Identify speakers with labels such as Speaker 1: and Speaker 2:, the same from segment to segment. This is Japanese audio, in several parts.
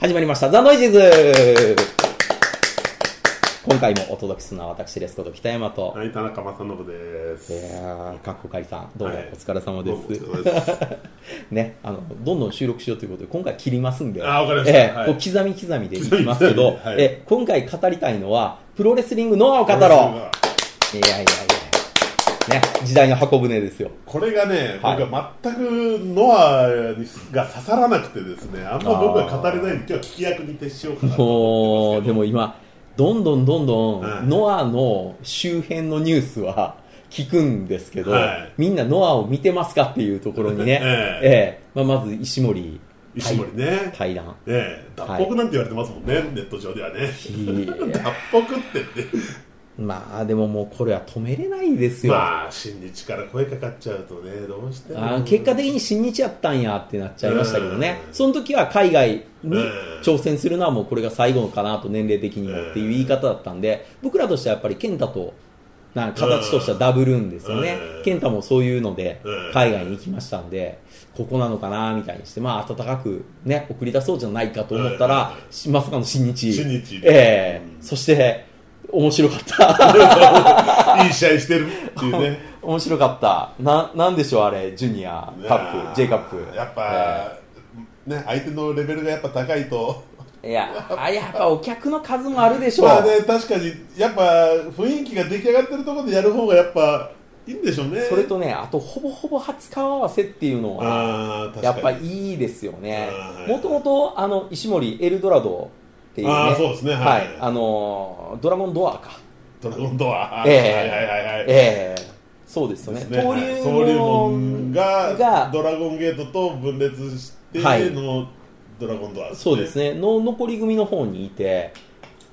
Speaker 1: 始まりました。ザ・ノイジーズ今回もお届けするのは私ですこと北山と、
Speaker 2: はい、田中正信です。
Speaker 1: いやー、かっこかりさん、どうもお
Speaker 2: はい
Speaker 1: 疲れ様
Speaker 2: ど
Speaker 1: で
Speaker 2: うも
Speaker 1: す。
Speaker 2: お疲れ様です。
Speaker 1: ね、あの、どんどん収録しようということで、今回切りますんで、
Speaker 2: あわかりました
Speaker 1: ええ
Speaker 2: はい
Speaker 1: こう刻み刻みでいきますけど、
Speaker 2: 刻み刻みではい
Speaker 1: え今回語りたいのは、プロレスリングノアを語ろういやいやいや、ね、時代の箱舟ですよ。
Speaker 2: これがね、
Speaker 1: はい
Speaker 2: 僕は全くノアにが刺さらなくてですね、あんま僕は語れないんで、今日は聞き役に徹しようかなと
Speaker 1: も
Speaker 2: 思
Speaker 1: う、
Speaker 2: ってますけど
Speaker 1: でも今、どんどんどんどん、
Speaker 2: はい
Speaker 1: ノアの周辺のニュースは 聞くんですけど、
Speaker 2: はい
Speaker 1: みんなノアを見てますかっていうところにね、
Speaker 2: ええ
Speaker 1: ええまあ、まず石森
Speaker 2: 石森ね、
Speaker 1: 対 談。
Speaker 2: ええ脱北なんて言われてますもんね、ネット上ではね。
Speaker 1: いや
Speaker 2: 脱北って ね、
Speaker 1: まあでももうこれは止めれないですよ、
Speaker 2: まあ、新日から声かかっちゃうとね、どうしても
Speaker 1: あー結果的に新日やったんやってなっちゃいましたけどね、
Speaker 2: うん
Speaker 1: その時は海外に
Speaker 2: うん
Speaker 1: 挑戦するのはもうこれが最後のかなと年齢的にもっていう言い方だったんで僕らとしてはやっぱり健太となんか形としてはダブルんですよね
Speaker 2: うん
Speaker 1: 健太もそういうので
Speaker 2: うん
Speaker 1: 海外に行きましたんでここなのかなみたいにしてまあ温かくね送り出そうじゃないかと思ったらしまさかの新日
Speaker 2: 新日
Speaker 1: ええ
Speaker 2: うん
Speaker 1: そして面白か った。
Speaker 2: いい試合してるっていうね。
Speaker 1: 面白かったななんでしょうあれジュニア カップ J カップ
Speaker 2: やっぱ、ね、相手のレベルがやっぱ高いと、
Speaker 1: ええいやあやっぱお客の数もあるでしょう、
Speaker 2: まあね、確かに、やっぱ雰囲気が出来上がってるところでやる方がやっぱいいんでしょうね。
Speaker 1: それとねあとほぼほぼ初顔合わせっていうのは
Speaker 2: あー、
Speaker 1: やっぱ
Speaker 2: い
Speaker 1: いいですよね
Speaker 2: うん
Speaker 1: もともとあの石森エルドラドっていうね
Speaker 2: あーそうですね
Speaker 1: は
Speaker 2: はい
Speaker 1: い、あのードラゴンドアか
Speaker 2: ドラゴンドア、
Speaker 1: ええ
Speaker 2: はいはいはいはい。
Speaker 1: ええそうですよね
Speaker 2: ですね
Speaker 1: 登
Speaker 2: はい
Speaker 1: 竜
Speaker 2: 登竜門
Speaker 1: 門
Speaker 2: が
Speaker 1: が
Speaker 2: ドラゴンゲートと分裂しての、
Speaker 1: はい
Speaker 2: ドラゴンドア、
Speaker 1: そうです
Speaker 2: ね。
Speaker 1: ね、の残り組の方にいて、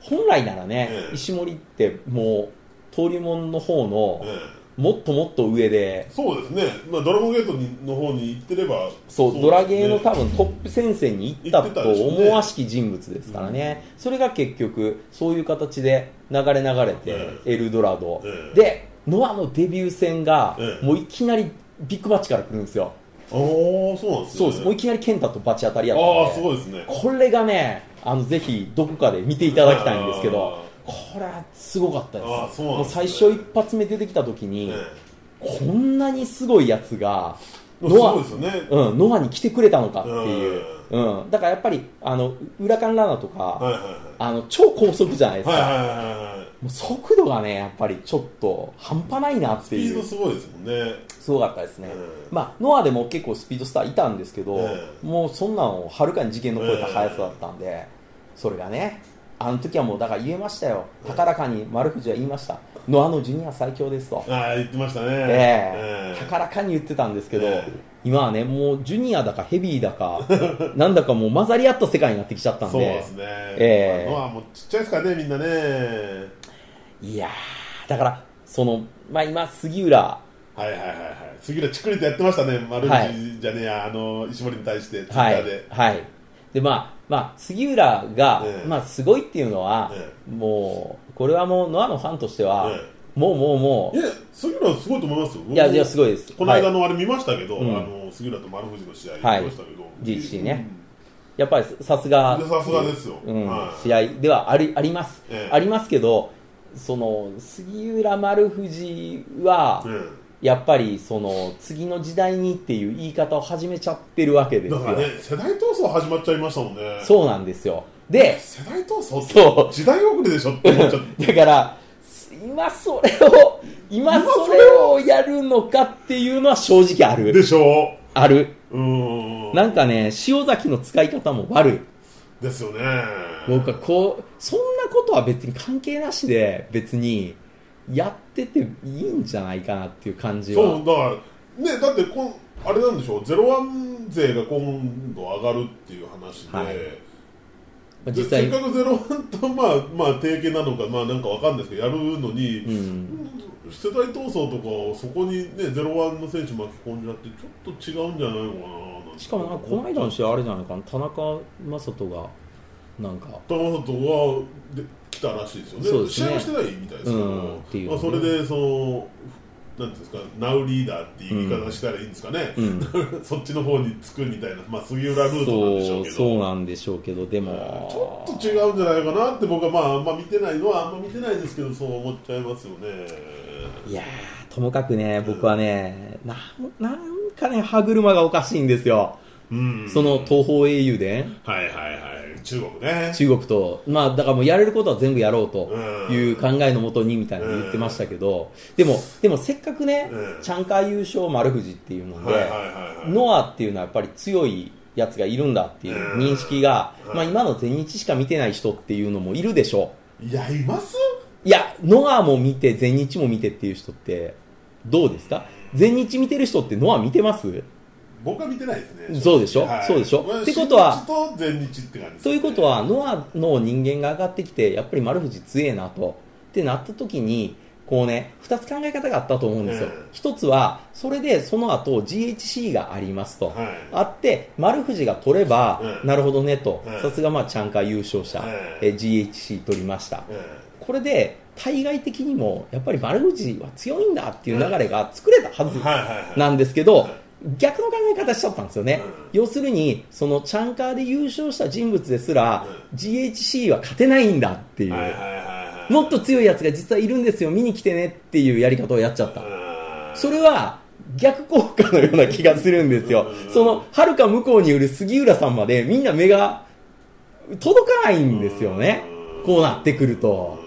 Speaker 1: 本来ならね、
Speaker 2: うん
Speaker 1: 石森ってもう、登竜門の方
Speaker 2: う
Speaker 1: の、
Speaker 2: ん
Speaker 1: もっともっと上で、
Speaker 2: そうですね、まあ、ドラゴンゲートにの方に行ってれば、
Speaker 1: そう、ドラゲーの多
Speaker 2: タ
Speaker 1: 分トップ戦線に行った
Speaker 2: 行ってた
Speaker 1: と
Speaker 2: でしょうね
Speaker 1: 思わしき人物ですからね、それが結局、そういう形で流れ流れて、
Speaker 2: う
Speaker 1: エルドラド、
Speaker 2: うん
Speaker 1: で、ノアのデビュー戦が、
Speaker 2: うん
Speaker 1: もういきなりビッグマッチから来るんですよ、
Speaker 2: おーそうなんですね。
Speaker 1: そうです、もういきなり健太とバチ当たりやったん
Speaker 2: ああ、
Speaker 1: です
Speaker 2: ごいですね。
Speaker 1: これがね、あのぜひどこかで見ていただきたいんですけど
Speaker 2: あ、
Speaker 1: これはすごかったです、
Speaker 2: あそうなん
Speaker 1: もう
Speaker 2: ですね
Speaker 1: 最初一発目出てきた時に、
Speaker 2: え
Speaker 1: こんなにすごいやつが、
Speaker 2: え
Speaker 1: ノア
Speaker 2: そうですよね。
Speaker 1: うん、ノアに来てくれたのかっていう、うん、だからやっぱり、あの浦ンラナとか、
Speaker 2: はいはい
Speaker 1: あの超高速じゃないですか、
Speaker 2: はい。はいはいはいはい。
Speaker 1: もう速度がね、やっぱりちょっと半端ないなっ
Speaker 2: ス
Speaker 1: て
Speaker 2: ピー
Speaker 1: い
Speaker 2: ド
Speaker 1: う、
Speaker 2: すごいですもんね。
Speaker 1: すごかったですね。
Speaker 2: うん
Speaker 1: まあ、ノアでも結構スピードスターいたんですけど、
Speaker 2: え
Speaker 1: もうそんなのをはるかに次元の超えた速さだったんで、それがね、あの時はもうだから言えましたよ、高らかに丸藤は言いました、ノアのジュニア最強ですと、
Speaker 2: ああ、言ってましたね。
Speaker 1: ええ
Speaker 2: え
Speaker 1: 高らかに言ってたんですけど、
Speaker 2: ええ
Speaker 1: 今はね、もうジュニアだかヘビーだか、 なんだかもう混ざり合った世界になってきちゃったん
Speaker 2: そうで
Speaker 1: で、
Speaker 2: すね。
Speaker 1: ええ
Speaker 2: まあ、ノアもちっちゃいですからね、みんなね。
Speaker 1: いやー、だから、その、まあ、今、杉浦、
Speaker 2: はいはいはいはい。杉浦チクリとやってましたね、丸
Speaker 1: は
Speaker 2: 藤じゃねえや、あの、石森に対して、ツイッタ
Speaker 1: はい
Speaker 2: ーで。、
Speaker 1: はい、でまあまあ杉浦が、
Speaker 2: ええ
Speaker 1: まあすごいっていうのは、
Speaker 2: え
Speaker 1: もうこれはもうノアのファンとしては、
Speaker 2: え
Speaker 1: もうもうも
Speaker 2: いや、杉浦すごいと思いますよ。
Speaker 1: ういやいやすごいです
Speaker 2: この間
Speaker 1: はい、
Speaker 2: のあれ見ましたけど、
Speaker 1: うん
Speaker 2: あの、杉浦と丸藤の試合見
Speaker 1: はい
Speaker 2: ましたけど。
Speaker 1: GHC ねやっぱりさすが
Speaker 2: うん。でさすがですよ。
Speaker 1: うん
Speaker 2: はい
Speaker 1: 試合ではありあります、
Speaker 2: ええ
Speaker 1: ありますけどその杉浦丸藤は、
Speaker 2: うん
Speaker 1: やっぱりその次の時代にっていう言い方を始めちゃってるわけです
Speaker 2: だ
Speaker 1: よ、
Speaker 2: からね、世代闘争始まっちゃいましたもんね。
Speaker 1: そうなんですよで
Speaker 2: 世代闘争って
Speaker 1: そう
Speaker 2: 時代遅れでしょって思っちゃって。
Speaker 1: だからす今それを今それをやるのかっていうのは正直あ る
Speaker 2: でしょ
Speaker 1: ある
Speaker 2: うーん
Speaker 1: なんかね塩崎の使い方も悪い
Speaker 2: ですよね
Speaker 1: 僕はこうそんなことは別に関係なしで別にやってていいんじゃないかなっていう感じ
Speaker 2: そ
Speaker 1: は
Speaker 2: うだからねだってこんあれなんでしょうゼロワン勢が今度上がるっていう話で、
Speaker 1: はいまあ
Speaker 2: で
Speaker 1: 実際
Speaker 2: せっかくゼロワンとまあまあ提携なのかまあなんかわかんないですけどやるのに、
Speaker 1: うん
Speaker 2: 世代闘争とかをそこにねゼロワンの選手巻き込んじゃってちょっと違うんじゃないのかな
Speaker 1: しかもなんかこの間の試合あれじゃないかな田中将人がなんか
Speaker 2: 玉里はで来たらしいですよね
Speaker 1: そうですね
Speaker 2: 試合はしてないみたいですけど、
Speaker 1: うんっていうね
Speaker 2: まあ、それでそのなんていうんですかナウリーダーっていう言い方したらいいんですかね、
Speaker 1: うん
Speaker 2: そっちの方につくみたいな、まあ、杉浦ルートなんでしょ
Speaker 1: そうう
Speaker 2: けど
Speaker 1: そうなんでしょうけどでも
Speaker 2: ちょっと違うんじゃないかなって僕はまああんま見てないのはあんま見てないですけどそう思っちゃいますよね
Speaker 1: いやーともかくね僕はねなんなんかね歯車がおかしいんですよ
Speaker 2: うん
Speaker 1: その東方英雄伝
Speaker 2: はいはいはい中国ね
Speaker 1: 中国と、まあ、だからもうやれることは全部やろうと
Speaker 2: うん
Speaker 1: いう考えのもとにみたいなの言ってましたけど、でも、でもせっかくね
Speaker 2: う、ん
Speaker 1: チャンカ優勝丸藤っていうの
Speaker 2: はいは
Speaker 1: で、
Speaker 2: いはいはい
Speaker 1: ノアっていうのはやっぱり強いやつがいるんだっていう認識が、
Speaker 2: うん
Speaker 1: まあ今の全日しか見てない人っていうのもいるでしょ
Speaker 2: いやいます
Speaker 1: う。いや、ノアも見て、全日も見てっていう人って、どうですか全日見てる人ってノア見てます
Speaker 2: 僕は見てないですね
Speaker 1: そうでしょ
Speaker 2: はい
Speaker 1: そうでしょ
Speaker 2: まあ
Speaker 1: ってことは
Speaker 2: 新日と全日って感じです
Speaker 1: と
Speaker 2: ね
Speaker 1: いうことは、ノアの人間が上がってきて、やっぱり丸藤強えなと。ってなった時に、こうね、二つ考え方があったと思うんですよ
Speaker 2: ええ。
Speaker 1: 一、つは、それでその後 GHC がありますと。
Speaker 2: はい
Speaker 1: あって、丸藤が取れば、
Speaker 2: ええ
Speaker 1: なるほどねと
Speaker 2: え。え
Speaker 1: さすがまあ、チャンカ優勝者、
Speaker 2: ええ
Speaker 1: え GHC 取りました。
Speaker 2: え
Speaker 1: これで、対外的にも、やっぱり丸藤は強いんだっていう流れが作れたは
Speaker 2: え
Speaker 1: ず
Speaker 2: はいはいはい
Speaker 1: なんですけ
Speaker 2: は
Speaker 1: ど
Speaker 2: い、
Speaker 1: 逆の考え方しちゃったんですよね。
Speaker 2: うん
Speaker 1: 要するに、そのチャンカーで優勝した人物ですら、
Speaker 2: う
Speaker 1: GHC は勝てないんだっていう、
Speaker 2: はいはいはいはい
Speaker 1: もっと強いやつが実はいるんですよ、見に来てねっていうやり方をやっちゃった。
Speaker 2: うん
Speaker 1: それは、逆効果のような気がするんですよ
Speaker 2: う。ん
Speaker 1: その、遥か向こうにいる杉浦さんまでみんな目が届かないんですよね。こうなってくると。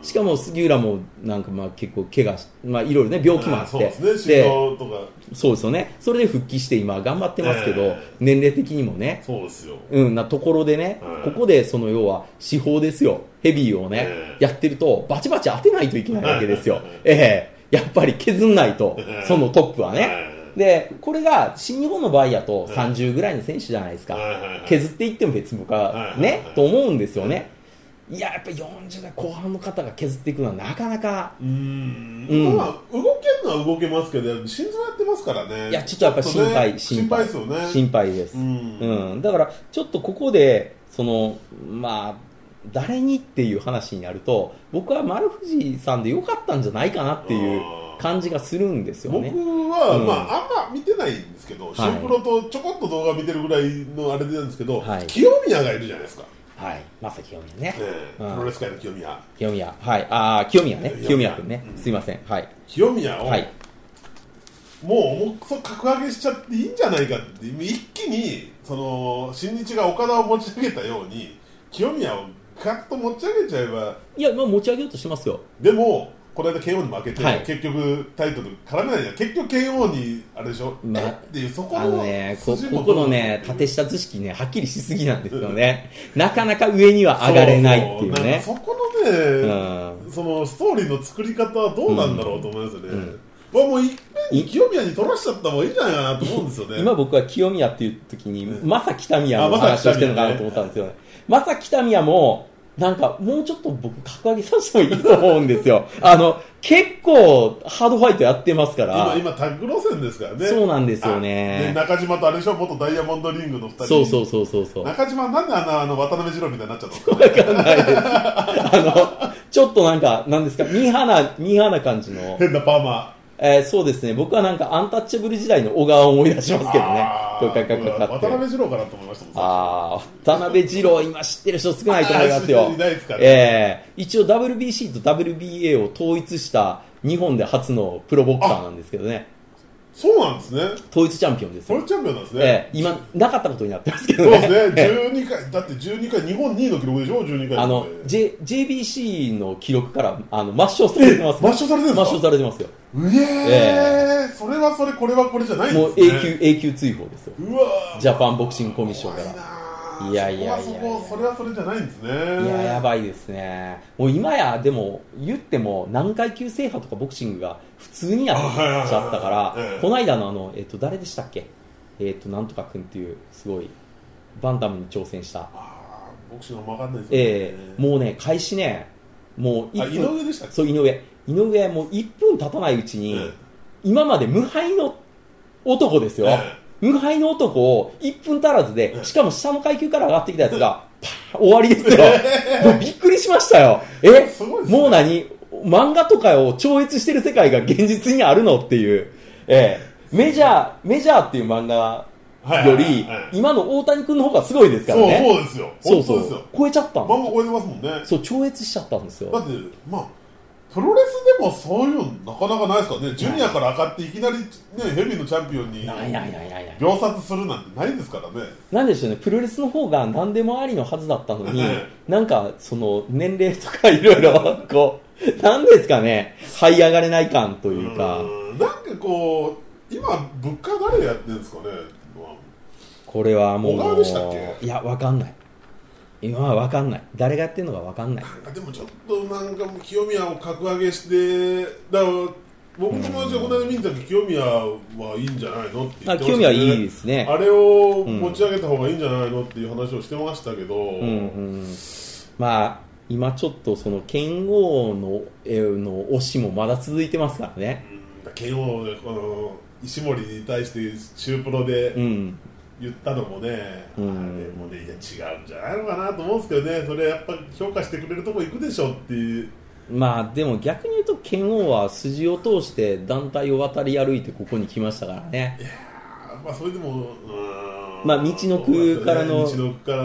Speaker 1: しかも杉浦もなんかまあ結構怪我し、まあいろいろね、病気もあっ
Speaker 2: あ
Speaker 1: て。
Speaker 2: そうですね心臓とか
Speaker 1: そうですよね。それで復帰して今頑張ってますけど、
Speaker 2: ええ
Speaker 1: 年齢的にもね、
Speaker 2: そうですよ
Speaker 1: うん、なところでね、
Speaker 2: ええ
Speaker 1: ここでその要は、司法ですよ。ヘビーをね、
Speaker 2: ええ
Speaker 1: やってると、バチバチ当てないといけないわけですよ。ええやっぱり削んないと
Speaker 2: え、え
Speaker 1: そのトップはね。
Speaker 2: え
Speaker 1: で、これが新日本の場合やと
Speaker 2: ええ
Speaker 1: 30ぐらいの選手じゃないです
Speaker 2: えはい
Speaker 1: か。
Speaker 2: はいはい
Speaker 1: 削っていっても別に僕は
Speaker 2: え
Speaker 1: ね
Speaker 2: え、
Speaker 1: と思うんですよね。いや、やっぱり40代後半の方が削っていくのはなかなか、
Speaker 2: うーん
Speaker 1: うん
Speaker 2: まあ動けるのは動けますけど心臓やってますからね
Speaker 1: いや、ちょっとやっぱ心配、
Speaker 2: ね心配ですよね
Speaker 1: 心配です
Speaker 2: う。ん
Speaker 1: うん、だからちょっとここでそのまあ誰にっていう話になると僕は丸藤さんでよかったんじゃないかなっていう感じがするんですよ
Speaker 2: 僕
Speaker 1: ね。
Speaker 2: は、
Speaker 1: うん
Speaker 2: まあ、あんま見てないんですけど、
Speaker 1: い
Speaker 2: シンプロとちょこっと動画見てるぐらいのあれなんですけど、
Speaker 1: はい
Speaker 2: 清宮がいるじゃないですか、ね
Speaker 1: はい、まさ清宮ね。
Speaker 2: え
Speaker 1: うん
Speaker 2: プロレス界の清宮、
Speaker 1: 清宮、はい、ああ清宮ね、
Speaker 2: 清
Speaker 1: 清
Speaker 2: 宮
Speaker 1: 宮君ね
Speaker 2: う、ん
Speaker 1: すいません、はい、
Speaker 2: 清宮を、
Speaker 1: はい、
Speaker 2: もう重くそ格上げしちゃっていいんじゃないかって、一気にその新日が岡田を持ち上げたように、清宮をガッと持ち上げちゃえば、
Speaker 1: いや、まあ持ち上げようとしてますよ。
Speaker 2: でも、この間 KO に負けて、
Speaker 1: はい
Speaker 2: 結局タイトル絡めないじゃん結局 KO にあれでしょ、
Speaker 1: まあ
Speaker 2: えっていうそこ
Speaker 1: あ
Speaker 2: の
Speaker 1: のね、こ
Speaker 2: 筋
Speaker 1: こ
Speaker 2: も
Speaker 1: このね、
Speaker 2: どう
Speaker 1: 縦下図式ね、はっきりしすぎなんですよね。なかなか上には上がれないっていうね。
Speaker 2: そうそうなんかそこのね、
Speaker 1: うん
Speaker 2: そのストーリーの作り方はどうなんだろうと思いますよね、
Speaker 1: うんうん
Speaker 2: 僕はもう一遍に清宮に取らしちゃった方がいいんじゃないかなと思うんですよね
Speaker 1: 今僕は清宮っていう時に、
Speaker 2: う
Speaker 1: まさ北宮の
Speaker 2: あまさ
Speaker 1: 話をしてるのかな
Speaker 2: 北
Speaker 1: と思
Speaker 2: 宮ね
Speaker 1: ったんですよね。まさ北宮も、なんかもうちょっと僕、格上げさせてもいいと思うんです よ。あの、結構ハードファイトやってますから
Speaker 2: 今、今タッグ路線ですからね
Speaker 1: そう
Speaker 2: う
Speaker 1: なんですよね。
Speaker 2: 中島とあれでしょ元ダイヤモンドリングの2人
Speaker 1: そうそうそうそうそう。わ
Speaker 2: 中島なんであんなあの渡辺二郎みたいになっちゃったんですか
Speaker 1: かんないです。 あの、ちょっとなんか、なんですか、ミーハーな、ミーハーな感じの。
Speaker 2: 変なパーマ
Speaker 1: えーそうですね、僕はなんかアンタッチャブル時代の小川を思い出しますけどね。
Speaker 2: あ
Speaker 1: こ
Speaker 2: ー
Speaker 1: うカカカカって
Speaker 2: 渡辺二郎かなと思いましたもん
Speaker 1: ああ、渡辺二郎、今知ってる人少ないと思います
Speaker 2: あー知って
Speaker 1: よ
Speaker 2: る人いないですか。ね
Speaker 1: ええ一応 WBC と WBA を統一した日本で初のプロボクサーなんですけどね、
Speaker 2: そうなんですね
Speaker 1: 統一チャンピオンです
Speaker 2: そ
Speaker 1: よ。
Speaker 2: れチャンピオンなんですね、
Speaker 1: ええ今、なかったことになってますけ
Speaker 2: そ
Speaker 1: ど
Speaker 2: う
Speaker 1: ね。
Speaker 2: ですね、12回、だって12回、日本2位の記録でしょ、12回
Speaker 1: あの、
Speaker 2: え
Speaker 1: J、JBC の記録から、あの、抹消されてます。
Speaker 2: 抹消されてるん
Speaker 1: 抹
Speaker 2: です
Speaker 1: 消
Speaker 2: か、
Speaker 1: されてますよ。
Speaker 2: うえー、それはそれ、これはこれじゃないん
Speaker 1: もう
Speaker 2: です
Speaker 1: 永
Speaker 2: ね、
Speaker 1: 久、永久追放ですよ。
Speaker 2: うわー
Speaker 1: ジャパンボクシングコミッションから
Speaker 2: 怖いないい
Speaker 1: やいやいやいや
Speaker 2: そこはそこそれはそれじゃないんですね
Speaker 1: いや、や
Speaker 2: い
Speaker 1: ばいですね。もう今や、でも、言っても、何階級制覇とかボクシングが普通にやっちゃったか
Speaker 2: あはいはいはいは
Speaker 1: ら
Speaker 2: い、
Speaker 1: この間のあの、えっと、誰でしたっけえっと、なんとか君っていう、すごい、バンタムに挑戦した。
Speaker 2: ボクシングも分かんないです
Speaker 1: ええ
Speaker 2: う
Speaker 1: もうね、開始ね、もう
Speaker 2: あ
Speaker 1: 1
Speaker 2: 井
Speaker 1: 分、
Speaker 2: 上でしたっけ
Speaker 1: そう、井上。井上、もう1分経たないうち
Speaker 2: え
Speaker 1: に
Speaker 2: え、
Speaker 1: 今まで無敗の男です よ。
Speaker 2: え
Speaker 1: 無敗の男を1分足らず
Speaker 2: う
Speaker 1: で、
Speaker 2: ん
Speaker 1: しかも下の階級から上がってきたやつが、パーン終わりですよ。もうびっくりしましたよ。え
Speaker 2: えすごいですね
Speaker 1: もう何漫画とかを超越してる世界が現実にあるのっていう、ええ、メジャー、メジャーっていう漫画
Speaker 2: はい
Speaker 1: より
Speaker 2: はいはい、
Speaker 1: 今の大谷君の方がすごいですか
Speaker 2: そう
Speaker 1: らね。
Speaker 2: そうですよ
Speaker 1: そ
Speaker 2: 本
Speaker 1: う
Speaker 2: 当です
Speaker 1: そ
Speaker 2: よ
Speaker 1: う。超えちゃったん
Speaker 2: 漫画超えてますもんね
Speaker 1: そう、超越しちゃったんです
Speaker 2: だ
Speaker 1: よ。
Speaker 2: ってまあプロレスでもそういうのなかなかないですからねジュニアから上がっていきなり、ね、ヘビーのチャンピオンに
Speaker 1: ないないないないない。
Speaker 2: 秒殺するなんてないですからね
Speaker 1: なんでしょうね、プロレスの方が何でもありのはずだったのに
Speaker 2: ね、
Speaker 1: なんか、その、年齢とかいろいろ、こう、なんですかね、這い上がれない感というか、
Speaker 2: ーんなんかこう今物価誰やってるんですかね
Speaker 1: これはもう、
Speaker 2: 小川でしたっけ
Speaker 1: いや、わかんない。今はわかんない。誰がやってるのかわかんない。
Speaker 2: なんかでもちょっとなんかもう清宮を格上げしてだから僕の友達がこの間見た時清宮はいいんじゃないのって言
Speaker 1: あ
Speaker 2: ってましたね
Speaker 1: 興味はいいですね。
Speaker 2: あれを持ち上げた方がいいんじゃないのっていう話をしてましたけど、
Speaker 1: うんうん、まあ今ちょっとその剣王のえーの推しもまだ続いてますからね、
Speaker 2: 慶応この石森に対して中プロで
Speaker 1: うん、
Speaker 2: 言ったのもね、
Speaker 1: うん
Speaker 2: あれもねいや違うんじゃないのかなと思うんですけどねそれやっぱ評価してくれるとこ行くでしょっていう
Speaker 1: まあでも逆に言うと剣王は筋を通して団体を渡り歩いてここに来ましたからね
Speaker 2: あまあそれでもうーん
Speaker 1: まあみちのくからの
Speaker 2: そうですよねみちのくから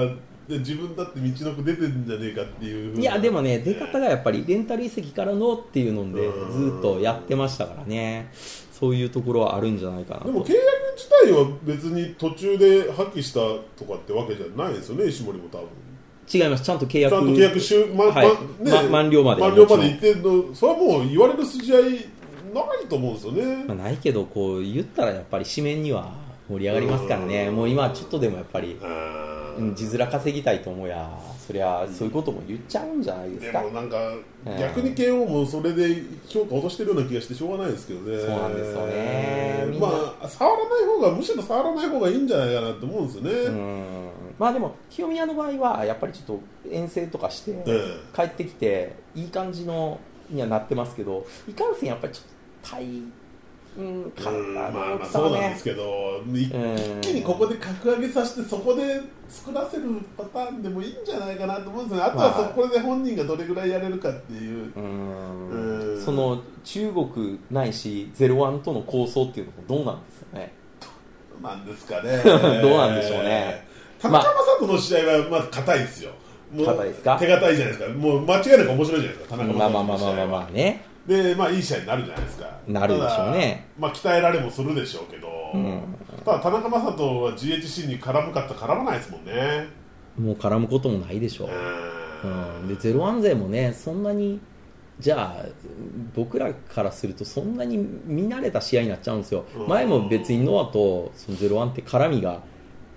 Speaker 2: で自分だって道のく出てんじゃねえかっていう
Speaker 1: いやでもね出方がやっぱりレンタル移籍からのっていうので
Speaker 2: うん
Speaker 1: ずっとやってましたからねそういうところはあるんじゃないかな
Speaker 2: でも契約自体は別に途中で破棄したとかってわけじゃないですよね石森も多分
Speaker 1: 違いますちゃんと契
Speaker 2: ち
Speaker 1: 約
Speaker 2: ゃんと契約しゅ、ま
Speaker 1: はい
Speaker 2: まね
Speaker 1: ま満了まで
Speaker 2: 満了まで行ってんのそれはもう言われる筋合いないと思うんですよね、
Speaker 1: まあ、ないけどこう言ったらやっぱり紙面には盛り上がりますからね
Speaker 2: うん
Speaker 1: もう今ちょっとでもやっぱり
Speaker 2: あー
Speaker 1: うん字面稼ぎたいと思やそりゃそういうことも言っちゃうんじゃないで
Speaker 2: です
Speaker 1: か
Speaker 2: もなんか
Speaker 1: うん
Speaker 2: 逆に慶応もそれで評価落としてるような気がしてしょうがないですけどね
Speaker 1: そうなんですよねみんな
Speaker 2: まあ触らない方がむしろ触らない方がいいんじゃないかなと思うんですよね、
Speaker 1: う
Speaker 2: え
Speaker 1: んまあでも清宮の場合はやっぱりちょっと遠征とかして
Speaker 2: え
Speaker 1: 帰ってきていい感じのにはなってますけどいかんせんやっぱりちょっと体うん体
Speaker 2: うんまあ
Speaker 1: の
Speaker 2: ま
Speaker 1: 大
Speaker 2: あ
Speaker 1: きさ
Speaker 2: そ
Speaker 1: は
Speaker 2: うなんで
Speaker 1: ね
Speaker 2: すけど、一
Speaker 1: うん
Speaker 2: 気にここで格上げさせてそこで作らせるパターンでもいいんじゃないかなと思うんですよねあとはそ
Speaker 1: まあ
Speaker 2: こで本人がどれぐらいやれるかっていう
Speaker 1: うん
Speaker 2: うん
Speaker 1: その中国ないしゼロワンとの構想っていうのもどうなんですかね
Speaker 2: なんですか ね
Speaker 1: どうなんでしょうね
Speaker 2: 高山さんとの試合はまあ硬いですよもう
Speaker 1: 硬いですか
Speaker 2: 手堅いじゃないですかもう間違いなく面白いじゃないですか田中
Speaker 1: まあまあまあまあまあ
Speaker 2: あ
Speaker 1: まあね
Speaker 2: でまあいい試合になるじゃないですか
Speaker 1: なるでしょうね
Speaker 2: ただまあ鍛えられもするでしょうけど、
Speaker 1: ん
Speaker 2: ただ田中将人は GHC に絡むかって絡まないですもんね
Speaker 1: もう絡むこともないでしょう、
Speaker 2: うん
Speaker 1: うん、でゼロワン勢もねそんなにじゃあ僕らからするとそんなに見慣れた試合になっちゃうんですよ
Speaker 2: うん
Speaker 1: 前も別にノアとそのゼロワンって絡みが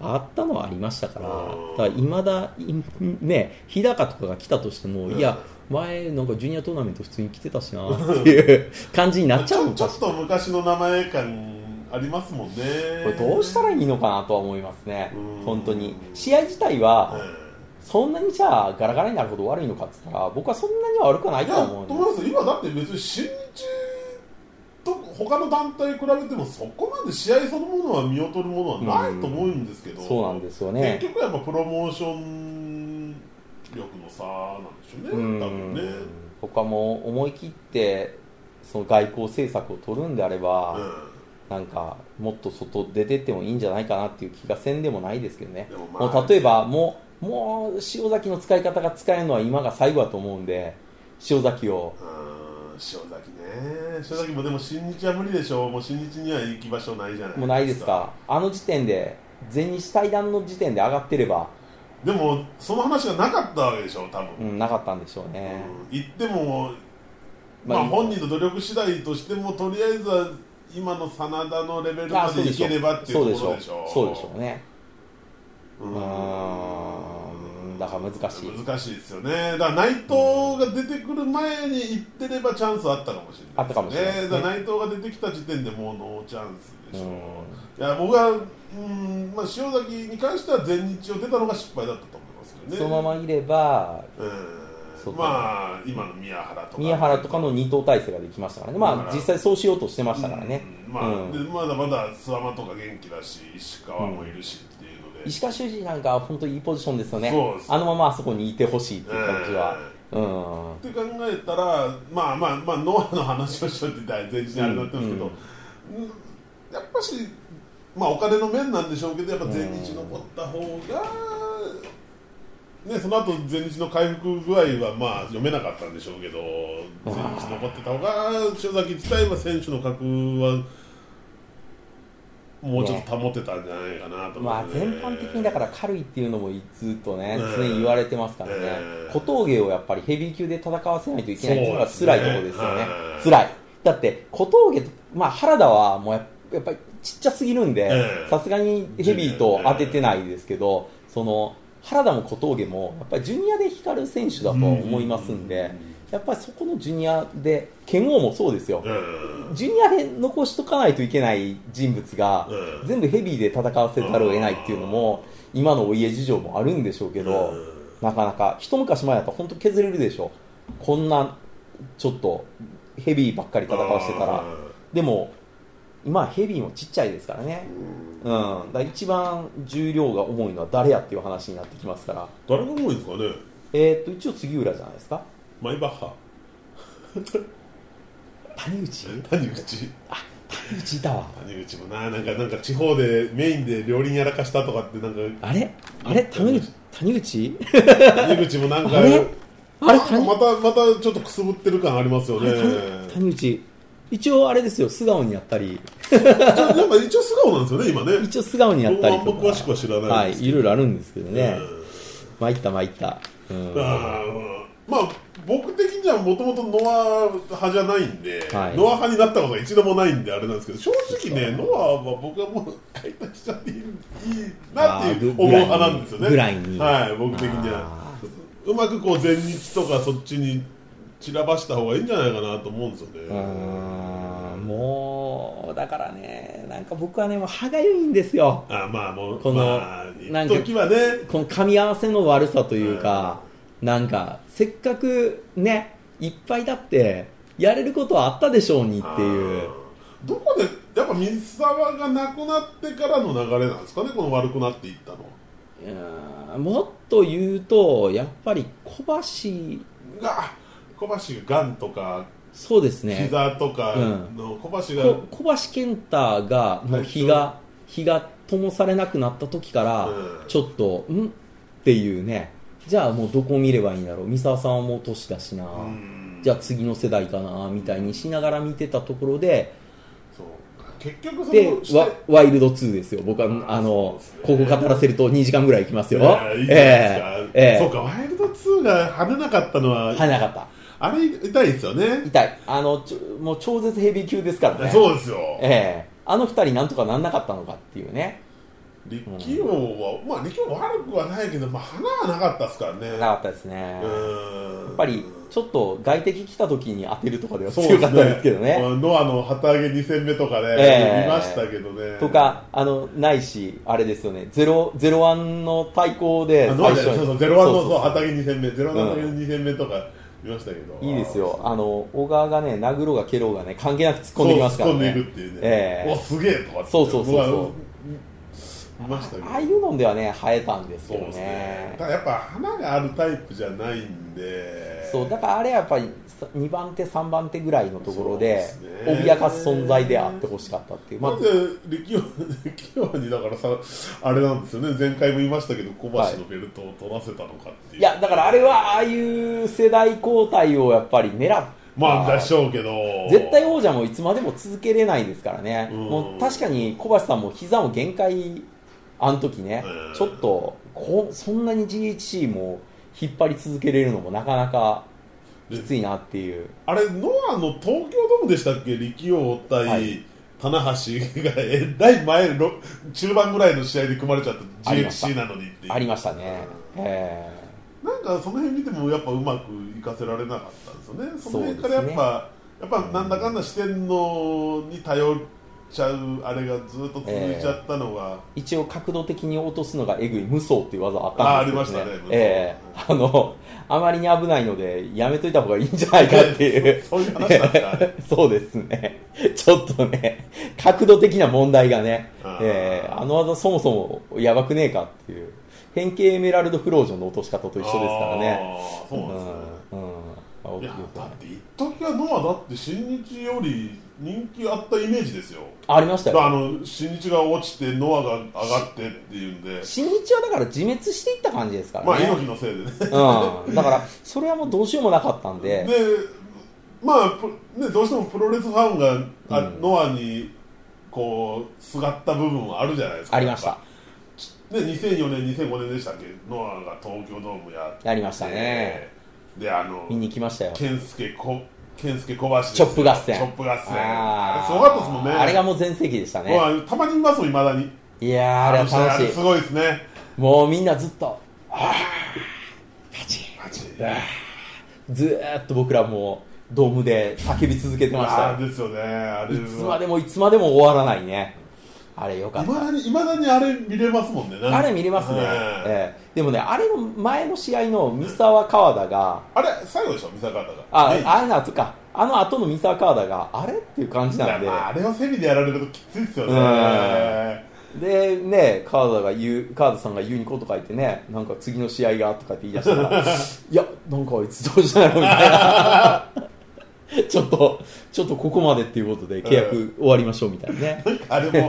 Speaker 1: あったのはありましたから
Speaker 2: うん
Speaker 1: ただいまだいね日高とかが来たとしても、
Speaker 2: うん
Speaker 1: いや前なんかジュニアトーナメント普通に来てたしなっていう 感じになっち
Speaker 2: ち
Speaker 1: ゃう
Speaker 2: ょ
Speaker 1: の
Speaker 2: ち
Speaker 1: か
Speaker 2: ょ
Speaker 1: し
Speaker 2: っ
Speaker 1: らこと
Speaker 2: 昔の名前感ありますもんねこ
Speaker 1: れどうしたら
Speaker 2: いい、
Speaker 1: いいのかなとは思いますね
Speaker 2: うん
Speaker 1: 本当に試合自体は、
Speaker 2: うん
Speaker 1: そんなにじゃあガラガラになるほど悪いのかって言ったら僕はそんなには悪くはない
Speaker 2: い
Speaker 1: と
Speaker 2: や、
Speaker 1: 思
Speaker 2: と
Speaker 1: う
Speaker 2: 思います今だって別に新日と他の団体に比べてもそこまで試合そのものは見劣るものはないと思うんですけど、
Speaker 1: そうなんですよね
Speaker 2: 結局やっぱプロモーション力の差なんでしょ
Speaker 1: う
Speaker 2: うね、
Speaker 1: ん
Speaker 2: 多分ね。
Speaker 1: 僕はもう思い切ってその外交政策を取るんであれば、
Speaker 2: う
Speaker 1: なんかもっと外出てってもいいんじゃないかなっていう気がせんでもないですけどね
Speaker 2: でもまあ
Speaker 1: もう例えばもうもう塩崎の使い方が使えるのは今が最後だと思うんで塩崎を
Speaker 2: ん、うん塩崎ね、塩崎もでも新日は無理でしょう、もう新日には行き場所ないじゃない
Speaker 1: もうないです。かあの時点で全日対談の時点で上がってれば、
Speaker 2: でも、その話がなかったわけでしょ、多分
Speaker 1: うん、なかったんでしょうね、
Speaker 2: うん行っても、
Speaker 1: ま
Speaker 2: ま
Speaker 1: あ
Speaker 2: あ本人の努力次第としてもとりあえずは今の真田のレベル
Speaker 1: あ
Speaker 2: までいければっていう
Speaker 1: そう
Speaker 2: と
Speaker 1: でし
Speaker 2: こ
Speaker 1: ょう
Speaker 2: ろでしょ
Speaker 1: そうでしょうね
Speaker 2: う
Speaker 1: うーんだから難しい
Speaker 2: 難しいですよねだから内藤が出てくる前に行ってればチャンスあったかもしれない
Speaker 1: あったかもしれないですね
Speaker 2: だから内藤が出てきた時点でもうノーチャンスでしょ
Speaker 1: う
Speaker 2: うんいや僕はうん、まあ、塩崎に関しては全日を出たのが失敗だったと思いますけどね
Speaker 1: そのままいれば
Speaker 2: う
Speaker 1: そうんか
Speaker 2: まあ今の宮原とか
Speaker 1: 宮原とかの二等体制ができましたからね、まあ、実際そうしようとしてましたからね、
Speaker 2: うんまあ
Speaker 1: うん
Speaker 2: でまだまだ諏訪間とか元気だし石川もいるしっていうので、
Speaker 1: 石川修司なんかは本当にいいポジションですよね
Speaker 2: そうです
Speaker 1: あのままあそこにいてほしいっていう感じは
Speaker 2: え
Speaker 1: うん
Speaker 2: って考えたらまあまあまあノアの話をしようって言ったら全然あれになってますけど、うんやっぱしまあお金の面なんでしょうけどやっぱ全日残った方が、ね、その後全日の回復具合はまあ読めなかったんでしょうけど全日残ってた方が塩崎自体は選手の格はもうちょっと保てたんじゃないかなと思
Speaker 1: まあ
Speaker 2: う、
Speaker 1: 全般的にだから軽いっていうのもずっとね、
Speaker 2: うん
Speaker 1: 常に言われてますからね、
Speaker 2: うん
Speaker 1: 小峠をやっぱりヘビー級で戦わせないといけないっていうのが
Speaker 2: そうで
Speaker 1: 辛
Speaker 2: す
Speaker 1: い
Speaker 2: ね
Speaker 1: ところですよね
Speaker 2: うん、
Speaker 1: 辛い、だって小峠と、まあ、原田はもうややっぱりちっちゃすぎるんで
Speaker 2: う、ん
Speaker 1: さすがにヘビーと当ててないですけど、その原田も小峠も、やっぱりジュニアで光る選手だと思いますんで、やっぱりそこのジュニアで、剣王もそうですよ。
Speaker 2: うん
Speaker 1: ジュニアで残しとかないといけない人物が、
Speaker 2: うん
Speaker 1: 全部ヘビーで戦わせざるを得ないっていうのも、今のお家事情もあるんでしょうけど、
Speaker 2: うん
Speaker 1: なかなか一昔前だと本当削れるでしょこんなちょっとヘビーばっかり戦わせてたらでも今ヘビーもちっちゃいですからね、うん、だから一番重量が重いのは誰やっていう話になってきますから、
Speaker 2: 誰が多いんですかね
Speaker 1: えー、っと一応杉浦じゃないですか
Speaker 2: マイバッハ
Speaker 1: 谷口
Speaker 2: 谷口
Speaker 1: あ谷口だわ
Speaker 2: 谷口もななんかなんか地方でメインで両輪やらかしたとかってな んか
Speaker 1: あれあれ谷口谷口
Speaker 2: 谷口もな んか
Speaker 1: あれあれ
Speaker 2: なんかまたまたちょっとくすぶってる感ありますよね
Speaker 1: 谷内一応あれですよ素顔にやったり
Speaker 2: ちょなんか一応素顔なんですよね今ね
Speaker 1: 一応素顔にやったりと
Speaker 2: 僕
Speaker 1: か
Speaker 2: はあんま詳しくは知らないです
Speaker 1: はいいろいろあるんですけどね
Speaker 2: うん
Speaker 1: 参った参った、うん、
Speaker 2: だ
Speaker 1: は
Speaker 2: からまあ僕的にはもともとノア派じゃないんで、
Speaker 1: はい
Speaker 2: ノア派になったことが一度もないんであれなんですけど正直ねノアは僕はもう解体しちゃっていいいいなってい
Speaker 1: あ
Speaker 2: う
Speaker 1: ーぐ
Speaker 2: 思う派なんですよね
Speaker 1: ぐらいに
Speaker 2: はい僕的にはうまくこう前日とかそっちに散らばした方がいいんじゃないかなと思うんですよね
Speaker 1: うーんもうだからねなんか僕はねもう歯がゆいんですよ
Speaker 2: あまあもう
Speaker 1: この
Speaker 2: まあ、
Speaker 1: なんか
Speaker 2: 時はね
Speaker 1: この噛み合わせの悪さというか、なんかせっかくねいっぱいだってやれることはあったでしょうにっていう
Speaker 2: あーどこでやっぱ水沢がなくなってからの流れなんですかねこの悪くなっていったのは
Speaker 1: うーんもっと言うとやっぱり小橋
Speaker 2: が小橋がんとか
Speaker 1: そうですね
Speaker 2: 膝とか
Speaker 1: うん
Speaker 2: の小橋が、
Speaker 1: こ小橋健太がもう日が日が灯されなくなった時から
Speaker 2: うん
Speaker 1: ちょっとんっていうねじゃあもうどこを見ればいいんだろう三沢さんはもう年だしな
Speaker 2: うん
Speaker 1: じゃあ次の世代かなみたいにしながら見てたところで
Speaker 2: そう結局そ
Speaker 1: で
Speaker 2: のして
Speaker 1: ワワイルド2ですよ僕は
Speaker 2: あー
Speaker 1: あの
Speaker 2: そう
Speaker 1: こ
Speaker 2: で
Speaker 1: こ
Speaker 2: すね
Speaker 1: 語らせると2時間ぐらいいきますよ
Speaker 2: いやいいじゃないですか
Speaker 1: ええええ
Speaker 2: そうかワイルド2が跳ねなかったのは、
Speaker 1: 跳ねなかった
Speaker 2: あれ痛いですよね
Speaker 1: 痛いあのちょもう超絶ヘビー級ですからね
Speaker 2: そうですよ、
Speaker 1: ええあの二人なんとかなんなかったのかっていうね
Speaker 2: 力王はまあ力王悪くはないけど、まあ、花はなかったですからね
Speaker 1: なかったですね
Speaker 2: うん
Speaker 1: やっぱりちょっと外敵来た時に当てるとかでは
Speaker 2: そう
Speaker 1: 強かったですけどね
Speaker 2: まあノアの旗揚げ2戦目とかね、
Speaker 1: ええ
Speaker 2: 見ましたけどね
Speaker 1: とかあのないしあれですよねゼロゼロワンの対抗で最
Speaker 2: あノア
Speaker 1: 初
Speaker 2: じゃないそうそう
Speaker 1: に
Speaker 2: ゼロワン
Speaker 1: そ
Speaker 2: のそうう
Speaker 1: そう
Speaker 2: 旗揚げ2戦目ゼロワンの旗揚げ2戦目とか見ましたけど、
Speaker 1: いいですよあの小川がね殴ろうが蹴ろうがね関係なく突っ込んできますから
Speaker 2: そう突っ込んでい
Speaker 1: ね
Speaker 2: くっていうね、
Speaker 1: ええ
Speaker 2: おすげえとかって
Speaker 1: そうそうそうそう
Speaker 2: 僕は見ましたけど
Speaker 1: ああいうのではね生えたんです
Speaker 2: そ
Speaker 1: け
Speaker 2: う
Speaker 1: ど
Speaker 2: ですね
Speaker 1: ね
Speaker 2: ただやっぱ花があるタイプじゃないんで
Speaker 1: そうだからあれはやっぱり2番手3番手ぐらいのところで
Speaker 2: そうですね
Speaker 1: 脅かす存在であってほしかったっていう、まあ
Speaker 2: ま、ず力王 力王にだからさあれなんですよね前回も言いましたけど小橋のベルトを取らせたのかっていう、
Speaker 1: いやだからあれはああいう世代交代をやっぱり狙った
Speaker 2: まあでしょうけど
Speaker 1: 絶対王者もいつまでも続けれないですからね、
Speaker 2: うん
Speaker 1: もう確かに小橋さんも膝も限界、あの時ね、
Speaker 2: うん
Speaker 1: ちょっとこうそんなに GHC も引っ張り続けれるのもなかなかきついなっていう、
Speaker 2: あれノアの東京ドームでしたっけ力王対、
Speaker 1: はい
Speaker 2: 棚橋がえらい前の中盤ぐらいの試合で組まれちゃっ
Speaker 1: あ
Speaker 2: た
Speaker 1: りました
Speaker 2: GHC なのにっていう
Speaker 1: ありましたね、え
Speaker 2: なんかその辺見てもやっぱうまくいかせられなかったんですよねその辺から
Speaker 1: そ
Speaker 2: や
Speaker 1: う
Speaker 2: っ
Speaker 1: ですね
Speaker 2: ぱ、やっぱなんだかんだ四天王に頼っちゃうあれがずっと続いちゃったのが、
Speaker 1: ー一応、角度的に落とすのがえぐい、無双っていう技あったんですけど
Speaker 2: あありましたね
Speaker 1: えーあのあまりに危ないので、やめといた方がいいんじゃないかっていう。
Speaker 2: そうい う話なんですかあれ
Speaker 1: そうですね、ちょっとね、角度的な問題がね
Speaker 2: あー、
Speaker 1: えーあの技、そもそもやばくねえかっていう変形エメラルドフロージョンの落とし方と一緒ですからね。
Speaker 2: あーそうなんですね、
Speaker 1: うんうん青
Speaker 2: い
Speaker 1: 木
Speaker 2: や
Speaker 1: よく
Speaker 2: だって一時はノアだって新日より人気あったイメージですよ
Speaker 1: ありま した
Speaker 2: だから
Speaker 1: よ。
Speaker 2: あの新日が落ちてノアが上がってっていうんで
Speaker 1: 新日はだから自滅していった感じですからね。
Speaker 2: まあ猪木のせいでね
Speaker 1: うん、だから、それはもうどうしようもなかったん
Speaker 2: で
Speaker 1: で、
Speaker 2: まあプロねどうしてもプロレスファンがあ、
Speaker 1: うん
Speaker 2: ノアにこうすがった部分はあるじゃないですか
Speaker 1: ありました、
Speaker 2: で2004年2005年でしたっけノアが東京ドームやって
Speaker 1: やりましたね、
Speaker 2: であの
Speaker 1: 見に来ましたよ、
Speaker 2: 健介こ健介小橋です
Speaker 1: チョップ合戦、
Speaker 2: チョップ合戦
Speaker 1: あ
Speaker 2: あ
Speaker 1: ー
Speaker 2: れすごかったですもんね
Speaker 1: あれがもう全盛期でしたね、
Speaker 2: もうたまにいますもんいまだに
Speaker 1: いやー、あれは楽し
Speaker 2: す
Speaker 1: い、
Speaker 2: ごいですね
Speaker 1: もうみんなずっと、あー、パチ
Speaker 2: マジ
Speaker 1: ン、あーずーっと僕らもう、ドームで叫び続けてまし
Speaker 2: あ
Speaker 1: た
Speaker 2: ーですよねあれ
Speaker 1: よ、いつま
Speaker 2: は
Speaker 1: でもいつまでも終わらないね、あれよか
Speaker 2: い
Speaker 1: った
Speaker 2: ま。だにいまだにあれ見れますもんねなんか
Speaker 1: あれ見れますね、
Speaker 2: うん
Speaker 1: ええでもね、あれの前の試合の三沢川田が、
Speaker 2: あれ最後でしょ三坂方が
Speaker 1: あ、
Speaker 2: ね
Speaker 1: あれなんとか、あの後の三沢川田が、あれっていう感じ
Speaker 2: い
Speaker 1: な
Speaker 2: や
Speaker 1: んで、
Speaker 2: まああれはセミでやられるときついですよね
Speaker 1: で、ね、川田が言う、川田さんが言うにことか言ってね、なんか次の試合がとかって言い出したか ら、いや、なんかあいつどうしたのみたいな。 ちょっと、ちょっとここまでっていうことで契約終わりましょうみたいなね。
Speaker 2: あれも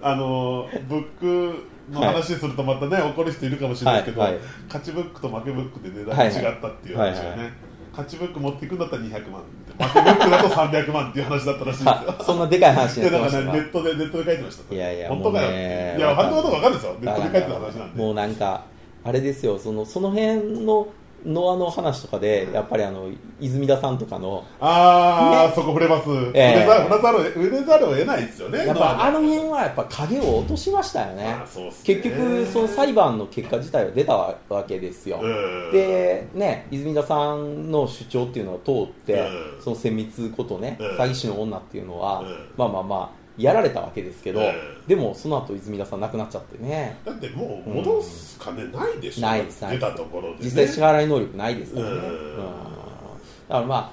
Speaker 2: あのブックの話するとまたね、怒る人いるかもしれないですけど、
Speaker 1: はいはい
Speaker 2: 勝ちブックと負けブックで値段が違ったっていう話がね、
Speaker 1: はいはい
Speaker 2: 勝ちブック持っていくんだったら200万負けブックだと300万っていう話だったらしいですよ
Speaker 1: あそんなでかい話
Speaker 2: い
Speaker 1: に
Speaker 2: や
Speaker 1: なって
Speaker 2: だ
Speaker 1: ました
Speaker 2: から
Speaker 1: が
Speaker 2: ね、ネットでネットで書いてました。
Speaker 1: いやいや
Speaker 2: 本当かよ。
Speaker 1: もうね
Speaker 2: いや、本当だとわかるんですよ。ネットで書いてた話なんで。
Speaker 1: もうなんか、あれですよ、そのその辺のノアの話とかで、やっぱりあの泉田さんとかの、
Speaker 2: ああ、そこ触れます。触
Speaker 1: ええ
Speaker 2: れざる触れざる触れざるを得ないですよね。
Speaker 1: やっぱあの
Speaker 2: ね
Speaker 1: 辺はやっぱ影を落としましたよね
Speaker 2: まあそうっすね。
Speaker 1: 結局、その裁判の結果自体は出たわけですよ。
Speaker 2: うん
Speaker 1: で、ね、泉田さんの主張っていうのを通って
Speaker 2: う、ん
Speaker 1: その精密ことね、
Speaker 2: うん
Speaker 1: 詐欺師の女っていうのは
Speaker 2: うん、
Speaker 1: まあまあまあ、やられたわけですけど
Speaker 2: うん、
Speaker 1: でもその後泉田さん亡くなっちゃってね、
Speaker 2: だってもう戻す金ないでしょ。
Speaker 1: ないですないで
Speaker 2: 出
Speaker 1: す
Speaker 2: たところでね。
Speaker 1: 実際支払い能力ないですからね。
Speaker 2: う
Speaker 1: う
Speaker 2: ん
Speaker 1: んだからまあ、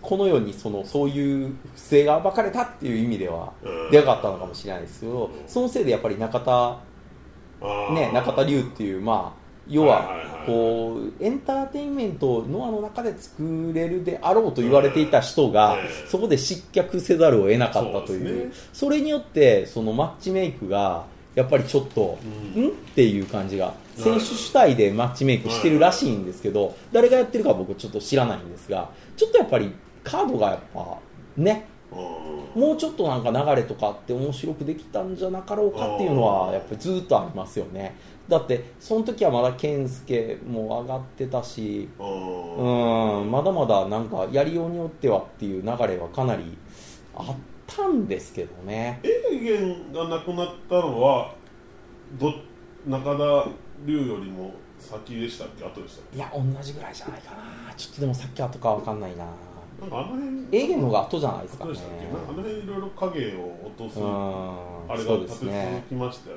Speaker 1: このようにそのそういう不正が暴かれたっていう意味では
Speaker 2: うん
Speaker 1: 出なかったのかもしれないですけど、そのせいでやっぱり中田
Speaker 2: あー
Speaker 1: ね、中田龍っていう、まあ、要
Speaker 2: はいはいは
Speaker 1: はいこうエンターテインメントをノアの中で作れるであろうと言われていた人が、
Speaker 2: ええ
Speaker 1: そこで失脚せざるを得なかったと
Speaker 2: そう
Speaker 1: い
Speaker 2: で
Speaker 1: うそ
Speaker 2: すね
Speaker 1: れによってそのマッチメイクがやっぱりちょっと、
Speaker 2: うん
Speaker 1: んっていう感じが選手主体でマッチメイクしてるらしいんですけど、誰がやってるか僕ちょっと知らないんですがちょっとやっぱりカードがやっぱね
Speaker 2: うん
Speaker 1: もうちょっとなんか流れとかって面白くできたんじゃなかろうかっていうの
Speaker 2: あ
Speaker 1: は
Speaker 2: ー
Speaker 1: やっぱりずっとありますよねだってその時はまだ健介も上がってたしう
Speaker 2: うん
Speaker 1: ーんまだまだなんかやりようによってはっていう流れはかなりあったんですけどね
Speaker 2: 永元が亡くなったのはど中田龍よりも先でしたっけ後でしたっ
Speaker 1: いや同じぐらいじゃないかなちょっとでもさっきはとかわかんないな
Speaker 2: けなんかあの辺
Speaker 1: 永遠の方が後じゃないですか
Speaker 2: どう
Speaker 1: ね
Speaker 2: でしたっけなんかあの辺いろいろ影を落とす
Speaker 1: うー
Speaker 2: あ
Speaker 1: ん
Speaker 2: れが
Speaker 1: そうで
Speaker 2: 立
Speaker 1: す
Speaker 2: て続
Speaker 1: ね
Speaker 2: きましたよ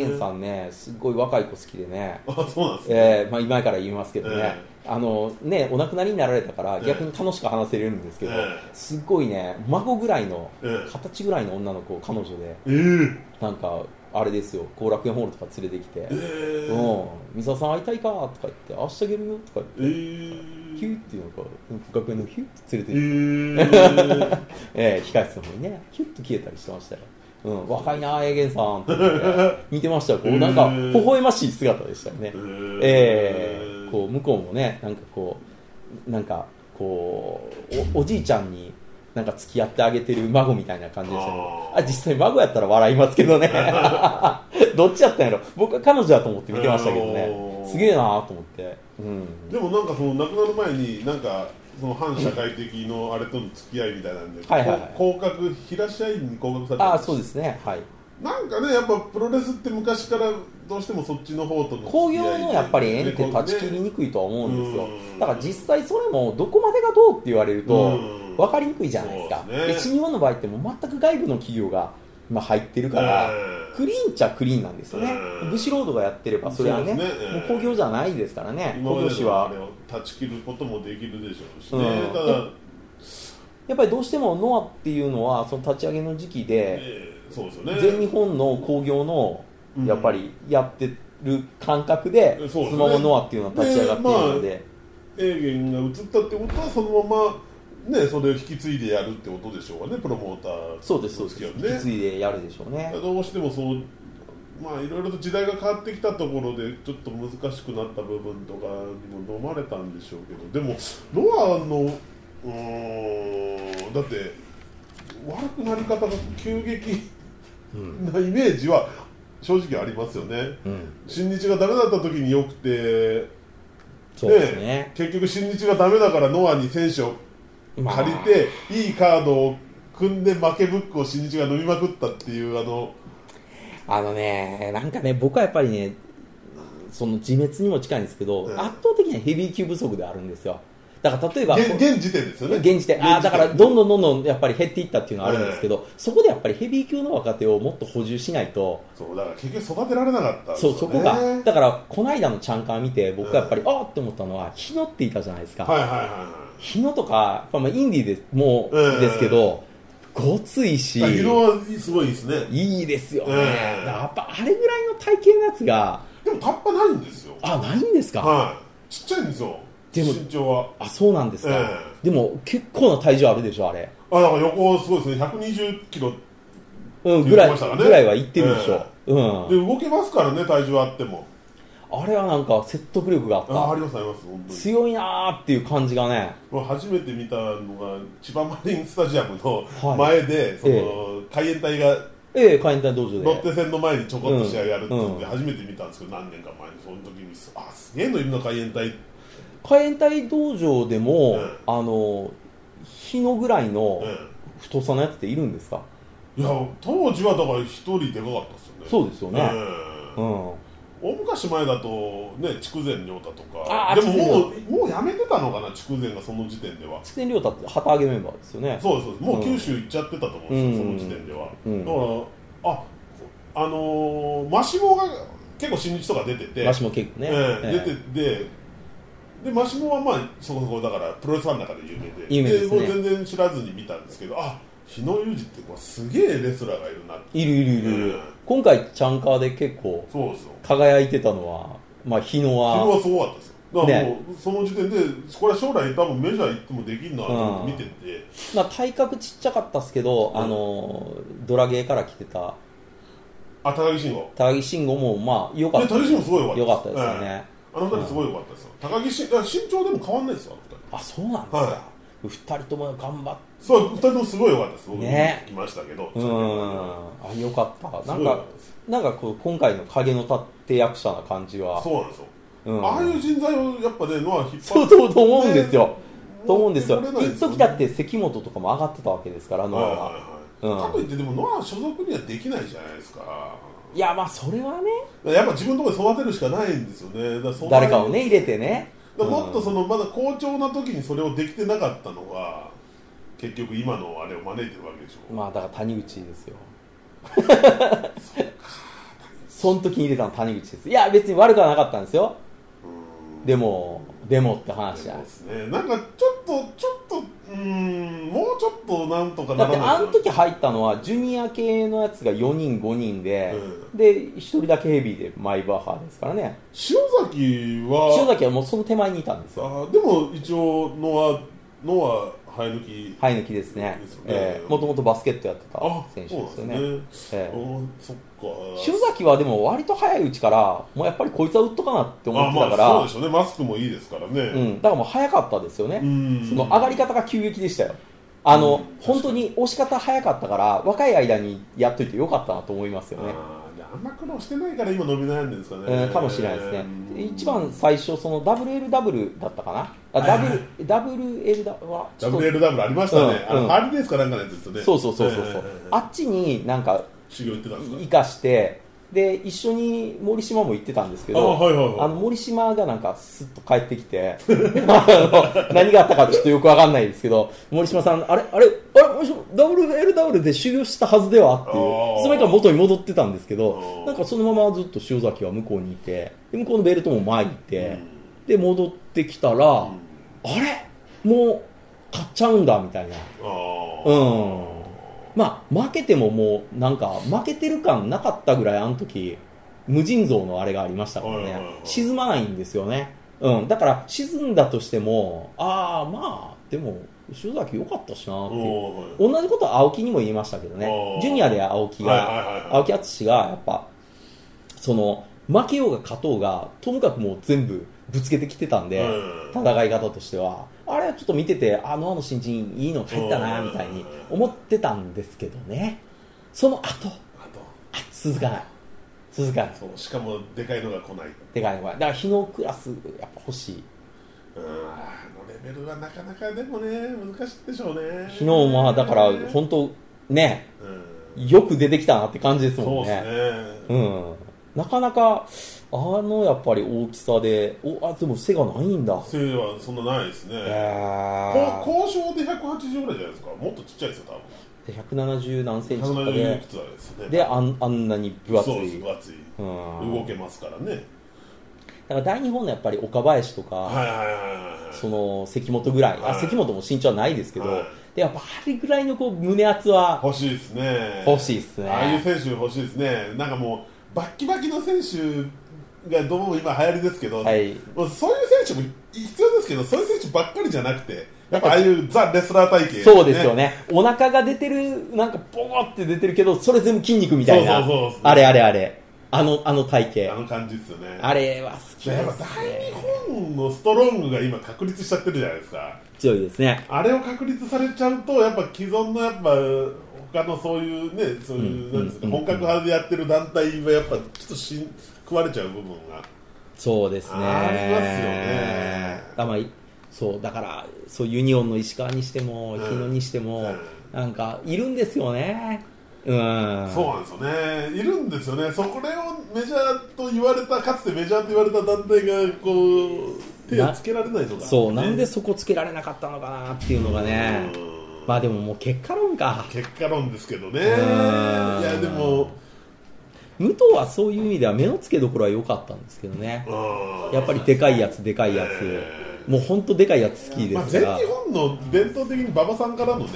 Speaker 1: 永遠さんねすっごい若い子好きでね
Speaker 2: あ、そうなんですね。
Speaker 1: えーまあ、今から言いますけどね、
Speaker 2: え
Speaker 1: あのねお亡くなりになられたから
Speaker 2: ええ
Speaker 1: 逆に楽しく話せれるんですけど、
Speaker 2: ええ
Speaker 1: すっごいね孫ぐらいの
Speaker 2: え
Speaker 1: 二十歳ぐらいの女の子彼女で
Speaker 2: ええー
Speaker 1: なんかあれですよ後楽園ホールとか連れてきて
Speaker 2: え
Speaker 1: 「う
Speaker 2: ー
Speaker 1: ん三沢さん会いたいか」とか言って「明日ゲームよ」とか
Speaker 2: え
Speaker 1: 言って。
Speaker 2: ー
Speaker 1: ヒューっていうのか、学園のヒューって連れ
Speaker 2: え
Speaker 1: て行って、
Speaker 2: ー
Speaker 1: ええ控室の方にね、ヒュッと消えたりしてましたよ。うん、若いな、エーゲンさんって言 って、似てましたよ。こう、なんか、
Speaker 2: ええ
Speaker 1: 微笑ましい姿でしたよね。えーこう向こうもねなんかこうなんかこうおおじいちゃんになんか付き合ってあげてる孫みたいな感じでしたけど
Speaker 2: あー
Speaker 1: あ実際孫やったら笑いますけど ねどっちやったんやろ僕は彼女だと思って見てましたけど
Speaker 2: お
Speaker 1: ね
Speaker 2: ー
Speaker 1: すげえなと思って、うん、
Speaker 2: でもなんかその亡くなる前になんかその反社会的のあれとの付き合いみたいなんで、
Speaker 1: はいはいはい
Speaker 2: こう降格平社員に降格された
Speaker 1: あ
Speaker 2: ん
Speaker 1: あ
Speaker 2: です
Speaker 1: そうですねはい
Speaker 2: なんかねやっぱプロレスって昔からどうしてもそっちの方との付き合
Speaker 1: 工
Speaker 2: いで
Speaker 1: 業のやっぱり縁って断ち切り
Speaker 2: ね
Speaker 1: にくいとは思うんですよ
Speaker 2: うん
Speaker 1: だから実際それもどこまでがどうって言われると
Speaker 2: うん
Speaker 1: 分かりにくいじゃないですか
Speaker 2: そう
Speaker 1: で
Speaker 2: です
Speaker 1: 新
Speaker 2: ね
Speaker 1: 日本の場合ってもう全く外部の企業が今入ってるからクリーンっちゃクリーンなんですよね
Speaker 2: うん
Speaker 1: 武士ロードがやってればそれはね
Speaker 2: そうですね
Speaker 1: もう工業じゃないですからね
Speaker 2: 今
Speaker 1: 工
Speaker 2: ま
Speaker 1: 業
Speaker 2: で
Speaker 1: 誌
Speaker 2: のあ
Speaker 1: は
Speaker 2: れを断ち切ることもできるでしょうしね、
Speaker 1: うん
Speaker 2: ただ、
Speaker 1: やっぱりどうしてもノアっていうのはその立ち上げの時期で
Speaker 2: えーそうですよね
Speaker 1: 全日本の工業の
Speaker 2: うん
Speaker 1: やっぱりやってる感覚で
Speaker 2: そうです
Speaker 1: ス
Speaker 2: ね
Speaker 1: マホノアっていうのは立ち上がっているので、
Speaker 2: 永元が移ったってことはそのままねそれを引き継いでやるってことでしょうかねプロモーター
Speaker 1: そうですそうです、
Speaker 2: ね
Speaker 1: 引き継いでやるでしょうね
Speaker 2: どうしてもそうまあいろいろと時代が変わってきたところでちょっと難しくなった部分とかにも飲まれたんでしょうけどでもノアのうーんだって悪くなり方が急激
Speaker 1: うん、
Speaker 2: なイメージは正直ありますよね
Speaker 1: うん、
Speaker 2: 新日がダメだった時によくて
Speaker 1: そうですね
Speaker 2: 結局新日がダメだからノアに選手を
Speaker 1: まあ
Speaker 2: 借りていいカードを組んで負けブックを新日が飲みまくったっていうあの
Speaker 1: あのねなんかね僕はやっぱりねその自滅にも近いんですけど、
Speaker 2: うん
Speaker 1: 圧倒的にはヘビー級不足であるんですよだから例えば
Speaker 2: 現現時点ですよね
Speaker 1: 現時点あーだからどんどんどんどんやっぱり減っていったっていうのはあるんですけど、そこでやっぱりヘビー級の若手をもっと補充しないと
Speaker 2: そうだから結局育てられなかったんです
Speaker 1: そう
Speaker 2: よね
Speaker 1: そこがだからこの間のチャンカー見て僕はやっぱり、ああって思ったのは日野っていたじゃないですか、
Speaker 2: はいはいは
Speaker 1: 日野とかやっぱまあインディーでも
Speaker 2: うん
Speaker 1: うですけど、ごつい
Speaker 2: い
Speaker 1: し
Speaker 2: はい色はすごいですね
Speaker 1: いいですよね、
Speaker 2: うん
Speaker 1: やっぱあれぐらいの体型のやつが
Speaker 2: でもタッパないんですよ
Speaker 1: あないんですか、
Speaker 2: はいちっちゃいんですよ
Speaker 1: でも
Speaker 2: 身長は
Speaker 1: あそうなんですか、
Speaker 2: え
Speaker 1: でも結構な体重あるでしょあれ、
Speaker 2: あだから横すごいですね120キロで
Speaker 1: うん、
Speaker 2: 言
Speaker 1: ぐ
Speaker 2: っ
Speaker 1: ら
Speaker 2: て
Speaker 1: い、
Speaker 2: ましたからね
Speaker 1: ぐらいはいってるでしょ、うん
Speaker 2: 動けますからね体重あっても
Speaker 1: あれはなんか説得力があっ
Speaker 2: あ
Speaker 1: た
Speaker 2: ありますあります本当に
Speaker 1: 強いなーっていう感じがね
Speaker 2: もう初めて見たのが千葉マリンスタジアムの
Speaker 1: はい
Speaker 2: 前で、その、
Speaker 1: え
Speaker 2: 海援隊が
Speaker 1: ええ海援隊道場
Speaker 2: ロッ
Speaker 1: で
Speaker 2: テ戦の前にちょこっと試合やるって言って
Speaker 1: うん
Speaker 2: 初めて見たんですけど何年か前にその時にあすげえのいるな海援隊
Speaker 1: 海援隊道場でも、
Speaker 2: うん
Speaker 1: あの日のぐらいの
Speaker 2: うん
Speaker 1: 太さのやつっているんですか、
Speaker 2: いや当時はだから一人でかかったですよね
Speaker 1: そうですよね
Speaker 2: う
Speaker 1: うんん、
Speaker 2: 大昔前だとね筑前亮太とか
Speaker 1: あー
Speaker 2: でもも
Speaker 1: 筑
Speaker 2: うもうやめてたのかな筑前がその時点では
Speaker 1: 筑前亮太って旗揚げメンバーですよね
Speaker 2: そうですそうですもううん九州行っちゃってたと思うんですよ、
Speaker 1: うん
Speaker 2: その時点では、
Speaker 1: うん
Speaker 2: だからああのー、マシモが結構新日とか出てて
Speaker 1: わしも結構ね、
Speaker 2: ええ
Speaker 1: ええ
Speaker 2: 出ててでマシモはまあそこそこだからプロレスファンの中で有名で
Speaker 1: 有名ですね
Speaker 2: もう全然知らずに見たんですけどあ日野裕二ってこうすげえレスラーがいるなって
Speaker 1: いるいるいるいる、
Speaker 2: うん
Speaker 1: 今回チャンカーで結構
Speaker 2: そうですよ
Speaker 1: 輝いてたのはまあ日野
Speaker 2: それ
Speaker 1: は
Speaker 2: はすごかったですよだからも
Speaker 1: ね
Speaker 2: う、その時点でこれは将来多分メジャー行ってもできるなと見てて、
Speaker 1: まあ、体格ちっちゃかったっすけど、
Speaker 2: うん
Speaker 1: あのドラゲーから来てた
Speaker 2: あ高木慎吾
Speaker 1: 高木慎吾もまあ良か
Speaker 2: で
Speaker 1: った
Speaker 2: 高木慎吾すごい
Speaker 1: 良
Speaker 2: 良
Speaker 1: か
Speaker 2: か
Speaker 1: っで
Speaker 2: ったたですす
Speaker 1: よ
Speaker 2: ええ
Speaker 1: ね、
Speaker 2: あの二人すごい良かったですよ高木慎あ身長でも変わんないですよあの
Speaker 1: あそうなんですか、
Speaker 2: は
Speaker 1: 二人とも頑張っ
Speaker 2: 二人そう二人ともすごい良かったです僕
Speaker 1: ね
Speaker 2: 聞きましたけど、
Speaker 1: うんあよかったな
Speaker 2: す
Speaker 1: ん
Speaker 2: ごい良
Speaker 1: か
Speaker 2: かったです
Speaker 1: なんかこう今回の影の立て役者な感じは
Speaker 2: そうなんですよ、
Speaker 1: うん
Speaker 2: ああいう人材をやっぱねノア引っ張って
Speaker 1: そうそうと思うんですよ、と思うんですよ
Speaker 2: 乗れない
Speaker 1: 一時だって関本とかも上がってたわけですからノア
Speaker 2: はい
Speaker 1: は、
Speaker 2: はいはい
Speaker 1: うん
Speaker 2: かといってでもノア所属にはできないじゃないですか
Speaker 1: い、やまあそれはね
Speaker 2: やっぱ自分のところで育てるしかないんですよねだらその
Speaker 1: 誰かをね入れてね
Speaker 2: だからもっとそ
Speaker 1: の、
Speaker 2: のまだ好調な時にそれをできてなかったのが結局今のあれを招いてるわけでしょ、
Speaker 1: まあだから谷口ですよ その時に入れたの谷口ですいや別に悪くはなかったんですよ
Speaker 2: うん
Speaker 1: でもでもって話じゃ
Speaker 2: そ
Speaker 1: な
Speaker 2: う
Speaker 1: い
Speaker 2: ですねなんかちょっとちょっとうーんもうちょっとなんとか
Speaker 1: だ
Speaker 2: な
Speaker 1: っ
Speaker 2: ら
Speaker 1: て
Speaker 2: ない
Speaker 1: あの
Speaker 2: か
Speaker 1: 時入ったのはジュニア系のやつが4人5人で、
Speaker 2: う
Speaker 1: で1人だけヘビーでマイバッハですからね
Speaker 2: 塩崎は
Speaker 1: 塩崎はもうその手前にいたんですよ
Speaker 2: あでも一応ノアノア生え抜き
Speaker 1: 生え抜きですね
Speaker 2: ですよね
Speaker 1: ええもともとバスケットやってた
Speaker 2: あ
Speaker 1: 選手
Speaker 2: そ
Speaker 1: で
Speaker 2: うなん
Speaker 1: すよ
Speaker 2: です
Speaker 1: ねえ
Speaker 2: ね
Speaker 1: え
Speaker 2: うんそっか
Speaker 1: 塩崎はでも割と早いうちからもうやっぱりこいつは打っとかなって思
Speaker 2: あ
Speaker 1: ってた
Speaker 2: ま
Speaker 1: から、
Speaker 2: あそうでしょうねマスクもいいですから
Speaker 1: う
Speaker 2: ね
Speaker 1: ん、だからもう早かったですよね、
Speaker 2: うん
Speaker 1: その上がり方が急激でしたよあの、
Speaker 2: うん
Speaker 1: 本当に押し方早かったから若い間にやっといてよかったなと思いますよね
Speaker 2: あーじゃああんま苦労してないから今伸び悩んでるんですか
Speaker 1: う
Speaker 2: ね
Speaker 1: ん、かもしれないですね、
Speaker 2: うん
Speaker 1: 一番最初、その WLW だったかな、あ
Speaker 2: はいは
Speaker 1: W- WL だわちょっと
Speaker 2: WLW ありましたね、
Speaker 1: うんうん
Speaker 2: あのハリレースかなんかのやつですよね
Speaker 1: そうそうそうそうそう、
Speaker 2: ええ
Speaker 1: あっちになんか
Speaker 2: 修行行ってたんですか
Speaker 1: 生かして、で一緒に森島も行ってたんですけ
Speaker 2: あ
Speaker 1: ど、
Speaker 2: はいはいはい
Speaker 1: あの森島がなんかすっと帰ってきて あの何があったかちょっとよくわかんないですけど森島さんあれあれあれ森島 WLW で修行したはずではって
Speaker 2: あ
Speaker 1: いう
Speaker 2: ー
Speaker 1: それから元に戻ってたんですけ
Speaker 2: あ
Speaker 1: ど
Speaker 2: ー
Speaker 1: なんかそのままずっと塩崎は向こうにいてで向こうのベルトも前にいて、で戻ってきたら、
Speaker 2: うん
Speaker 1: あれもう買っちゃうんだみたいな
Speaker 2: あ
Speaker 1: う
Speaker 2: ー
Speaker 1: んまあ負けてももうなんか負けてる感なかったぐらいあの時無尽蔵のあれがありましたから
Speaker 2: はいはい
Speaker 1: ね
Speaker 2: はい
Speaker 1: 沈まないんですよね、うん、だから沈んだとしてもああまあでも塩崎良かったしなっていう
Speaker 2: おー
Speaker 1: 同じことは青木にも言いましたけど
Speaker 2: あ
Speaker 1: ね
Speaker 2: ー
Speaker 1: ジュニアで青木が、
Speaker 2: はいはいはい
Speaker 1: 青木淳がやっぱその負けようが勝とうがともかくもう全部ぶつけてきてたんで、
Speaker 2: うん
Speaker 1: 戦い方としてはあれはちょっと見ててあのあの新人いいの入ったな
Speaker 2: う
Speaker 1: み
Speaker 2: ん
Speaker 1: たいに思ってたんですけどねその後
Speaker 2: あと
Speaker 1: あ続かない続かない
Speaker 2: そうしかもでかいのが来ない
Speaker 1: でかいのがだから日のクラスやっぱ欲しい
Speaker 2: うんあのレベルはなかなかでもね難しいでしょうね
Speaker 1: 昨日まあだから本当ね
Speaker 2: うん
Speaker 1: よく出てきたなって感じです
Speaker 2: そ
Speaker 1: も
Speaker 2: うんです
Speaker 1: ね
Speaker 2: ね
Speaker 1: うんなかなかあのやっぱり大きさでおあでも背がないんだ
Speaker 2: 背はそんなないですね、
Speaker 1: え
Speaker 2: こ交渉で180ぐらいじゃないですかもっとちっちゃいですよ
Speaker 1: え170何
Speaker 2: 多
Speaker 1: センチと
Speaker 2: 分
Speaker 1: か
Speaker 2: 170い
Speaker 1: で
Speaker 2: くつあれですね
Speaker 1: であんあんなに分厚
Speaker 2: そうで
Speaker 1: い
Speaker 2: す分厚い
Speaker 1: うん
Speaker 2: 動けますからね
Speaker 1: だから大日本のやっぱり岡林とか、
Speaker 2: はいはいはいはい
Speaker 1: その関本ぐらい、
Speaker 2: は
Speaker 1: あ
Speaker 2: い
Speaker 1: 関本も身長はないですけど、
Speaker 2: はい
Speaker 1: でやっぱあれぐらいのこう胸厚は
Speaker 2: 欲しいですね
Speaker 1: 欲しいですね
Speaker 2: ああいう選手欲しいですねなんかもうバッキバキの選手がどうも今流行りですけど、
Speaker 1: はい
Speaker 2: もうそういう選手も必要ですけどそういう選手ばっかりじゃなくてやっぱああいうザ・レスラー体系、
Speaker 1: そうですよねお腹が出てるなんかボコって出てるけどそれ全部筋肉みたいな
Speaker 2: そうそうそうそう
Speaker 1: あれあれあれあのあの体
Speaker 2: あ
Speaker 1: 型
Speaker 2: の感じですよね
Speaker 1: あれは好きで
Speaker 2: やっ
Speaker 1: す
Speaker 2: ぱ大
Speaker 1: ね
Speaker 2: 日本のストロングが今確立しちゃってるじゃないですか
Speaker 1: 強いですね
Speaker 2: あれを確立されちゃうとやっぱ既存のやっぱ他のそういうねそういう、なんですか本格派でやってる団体はやっぱちょっとしん食われちゃう部分が
Speaker 1: そうですね
Speaker 2: ありますよね
Speaker 1: あまあいそうだからそうユニオンの石川にしても
Speaker 2: うん
Speaker 1: 日野にしても、
Speaker 2: うん
Speaker 1: なんかいるんですよねうん
Speaker 2: そうなんですよね、いるんですよね、そこれをメジャーと言われた、かつてメジャーと言われた団体がこう手をつけられないとか、
Speaker 1: そう、な
Speaker 2: ね
Speaker 1: んでそこつけられなかったのかなっていうのがね、
Speaker 2: うん
Speaker 1: まあでももう結果論か、
Speaker 2: 結果論ですけどね、い
Speaker 1: ん
Speaker 2: や、でも、
Speaker 1: 武藤はそういう意味では目の付けどころは良かったんですけどね、
Speaker 2: うん
Speaker 1: やっぱりでかいやつ、でかいやつ、もう本当でかいやつ好きで
Speaker 2: まあ、
Speaker 1: す
Speaker 2: 全
Speaker 1: から
Speaker 2: 日、本の伝統的に馬場さんからのね、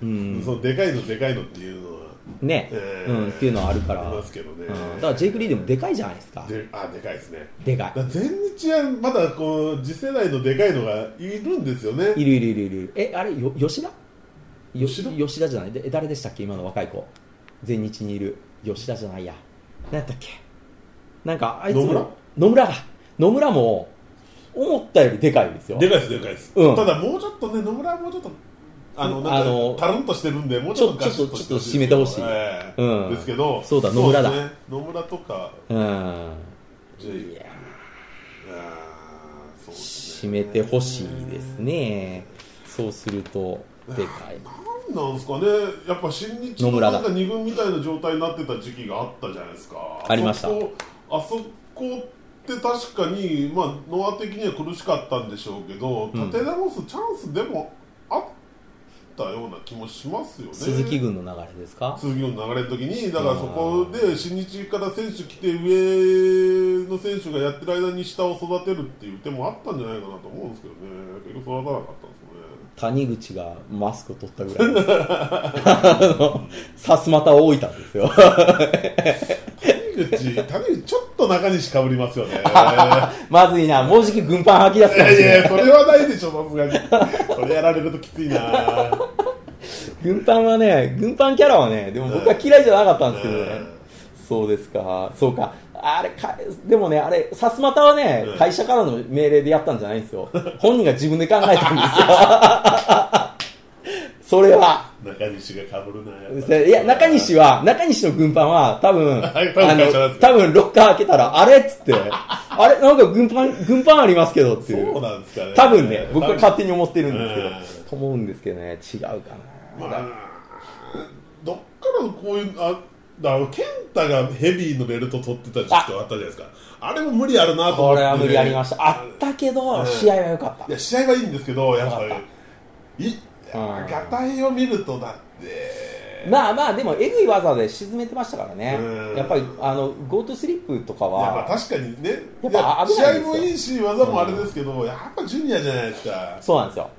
Speaker 1: うん、
Speaker 2: そのでかいの、でかいのっていうのは、
Speaker 1: ね、
Speaker 2: え
Speaker 1: う
Speaker 2: ー
Speaker 1: ん、っていうのはあるから、
Speaker 2: あり
Speaker 1: うん
Speaker 2: ますけどね、
Speaker 1: だからジェイク・リーでもでかいじゃないですか、
Speaker 2: であでかいですね、
Speaker 1: でか
Speaker 2: だから全日はまだこう次世代のでかいのがいるんですよね
Speaker 1: い、い、るいるいるいるいる、え、あれ、よ吉田よ
Speaker 2: 吉田
Speaker 1: 吉田じゃない、でえ誰でしたっけ、今の若い子、全日にいる、吉田じゃないや、なんやったっけ、なんかあいつ
Speaker 2: 野
Speaker 1: も
Speaker 2: 村、
Speaker 1: 野村が、野村も、思ったよりでかいですよ。
Speaker 2: でかいです、でかいです、
Speaker 1: うん
Speaker 2: ただもうちょっとね、野村はもうちょっと、あの、
Speaker 1: あ
Speaker 2: なん
Speaker 1: の
Speaker 2: か、たるんとしてるんで、もうちょっとガシッと
Speaker 1: ちょ
Speaker 2: し
Speaker 1: ち
Speaker 2: て
Speaker 1: ょ
Speaker 2: ほ
Speaker 1: っと
Speaker 2: しい
Speaker 1: 締めてほしい
Speaker 2: ええ
Speaker 1: うん
Speaker 2: ですけど、
Speaker 1: そうだ
Speaker 2: です
Speaker 1: 野村だ
Speaker 2: ね野村とか、
Speaker 1: うん、
Speaker 2: ジェイいやーそうです
Speaker 1: 締
Speaker 2: ね
Speaker 1: めてほしいですね、そうすると、でかい、
Speaker 2: なんなんですかね、やっぱ新日
Speaker 1: 野
Speaker 2: の
Speaker 1: 村
Speaker 2: な
Speaker 1: だ
Speaker 2: んか2軍みたいな状態になってた時期があったじゃないですか、
Speaker 1: ありました
Speaker 2: あそこあそこって確かに、まあ、ノア的には苦しかったんでしょうけど、
Speaker 1: うん
Speaker 2: 立て直すチャンスでもあったような気もしますよね。
Speaker 1: 鈴木軍の流れですか、
Speaker 2: 鈴木の流れの時にだからそこで新日から選手来て上の選手がやってる間に下を育てるっていう手もあったんじゃないかなと思うんですけどね結局育たなかったんです
Speaker 1: 谷口
Speaker 2: よね
Speaker 1: がマスク取ったぐらい です、あのさすまたを置いたんですよ、
Speaker 2: 谷口谷口ちょっと中西かぶりま すよねい
Speaker 1: まずいな、もうじき軍パン吐き出すかもしれ
Speaker 2: やい
Speaker 1: ない、
Speaker 2: やそれはないでしょさすがにそれやられるときついな
Speaker 1: 軍パンはね、軍パンキャラはね、でも僕は嫌いじゃなかったんですけどね。そうですか、そうか、あれか、でもね、あれ、さすまたはね、
Speaker 2: うん
Speaker 1: 会社からの命令でやったんじゃないんですよ、本人が自分で考えたんで すよ、それは。
Speaker 2: 中西がかぶるなやっぱり
Speaker 1: いや、中西は、中西の軍パンは、多分、あ
Speaker 2: はい多分会社なんで
Speaker 1: の、
Speaker 2: すよ
Speaker 1: 多分ロッカー開けたら、あれっつって、あれなんか軍パン、軍パンありますけどってい
Speaker 2: そう
Speaker 1: う。
Speaker 2: なんですかね
Speaker 1: 多分ね、僕は
Speaker 2: 多分
Speaker 1: 勝手に思ってるんですけど、と思うんですけどね、違うかな。
Speaker 2: まあどっからこういうあだから健太がヘビーのベルト取ってた時期があったじゃないですかあれも無理あるなと思
Speaker 1: こ
Speaker 2: って、
Speaker 1: れは無理ありました。あ
Speaker 2: い
Speaker 1: ったけど、
Speaker 2: うん
Speaker 1: 試合は良かった
Speaker 2: や。試合はいいんですけどやっぱりい
Speaker 1: うん
Speaker 2: ガタイを見るとだって
Speaker 1: まあまあ、でも、えぐい技で沈めてましたからね
Speaker 2: う。ん
Speaker 1: やっぱり、あの、GoTo スリップとか
Speaker 2: やっぱ
Speaker 1: は、
Speaker 2: 確かにね
Speaker 1: やっぱ危
Speaker 2: い
Speaker 1: ないです
Speaker 2: や試合
Speaker 1: よ
Speaker 2: もいいし技もあれですけど、やっぱジュニアじゃないですか
Speaker 1: そうなんですよ。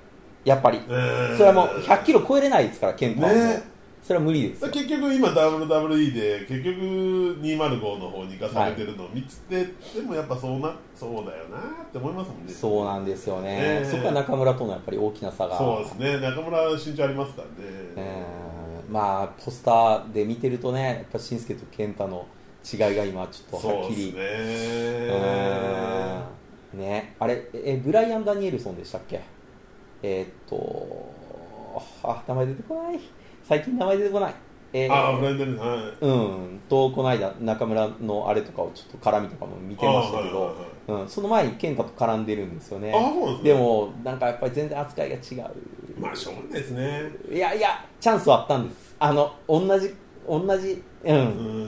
Speaker 1: やっぱり。
Speaker 2: うん
Speaker 1: それはもう100キロ超えれないですから、ケンタはもう
Speaker 2: ね
Speaker 1: それは無理です
Speaker 2: だ
Speaker 1: よ
Speaker 2: から結局今 WWE で結局205の方に行かされてるのを見つて、でもやっぱそうなそうだよなって思いますもんね
Speaker 1: そうなんですよね、
Speaker 2: ねえ
Speaker 1: そこは中村とのやっぱり大きな差が
Speaker 2: そうですね中村は身長ありますからね、
Speaker 1: えーまあポスターで見てるとねやっぱ新助と健太の違いが今ちょっとは
Speaker 2: そ
Speaker 1: っ
Speaker 2: う
Speaker 1: き
Speaker 2: です
Speaker 1: り
Speaker 2: ね
Speaker 1: うんねあれえブライアン・ダニエルソンでしたっけえーっとあ名前出てこない最近名前出てこないえー
Speaker 2: ああブラインダルはい
Speaker 1: うんとこの間中村のあれとかをちょっと絡みとかも見てましたけ
Speaker 2: あはい
Speaker 1: ど
Speaker 2: はいはい、
Speaker 1: うん、その前に健太と絡んでるんですよね
Speaker 2: あそうなんですね
Speaker 1: でもなんかやっぱり全然扱いが違う
Speaker 2: まあしょうがないですね
Speaker 1: いやいや、チャンスはあったんです。あの、同じ、同じ、うん、
Speaker 2: う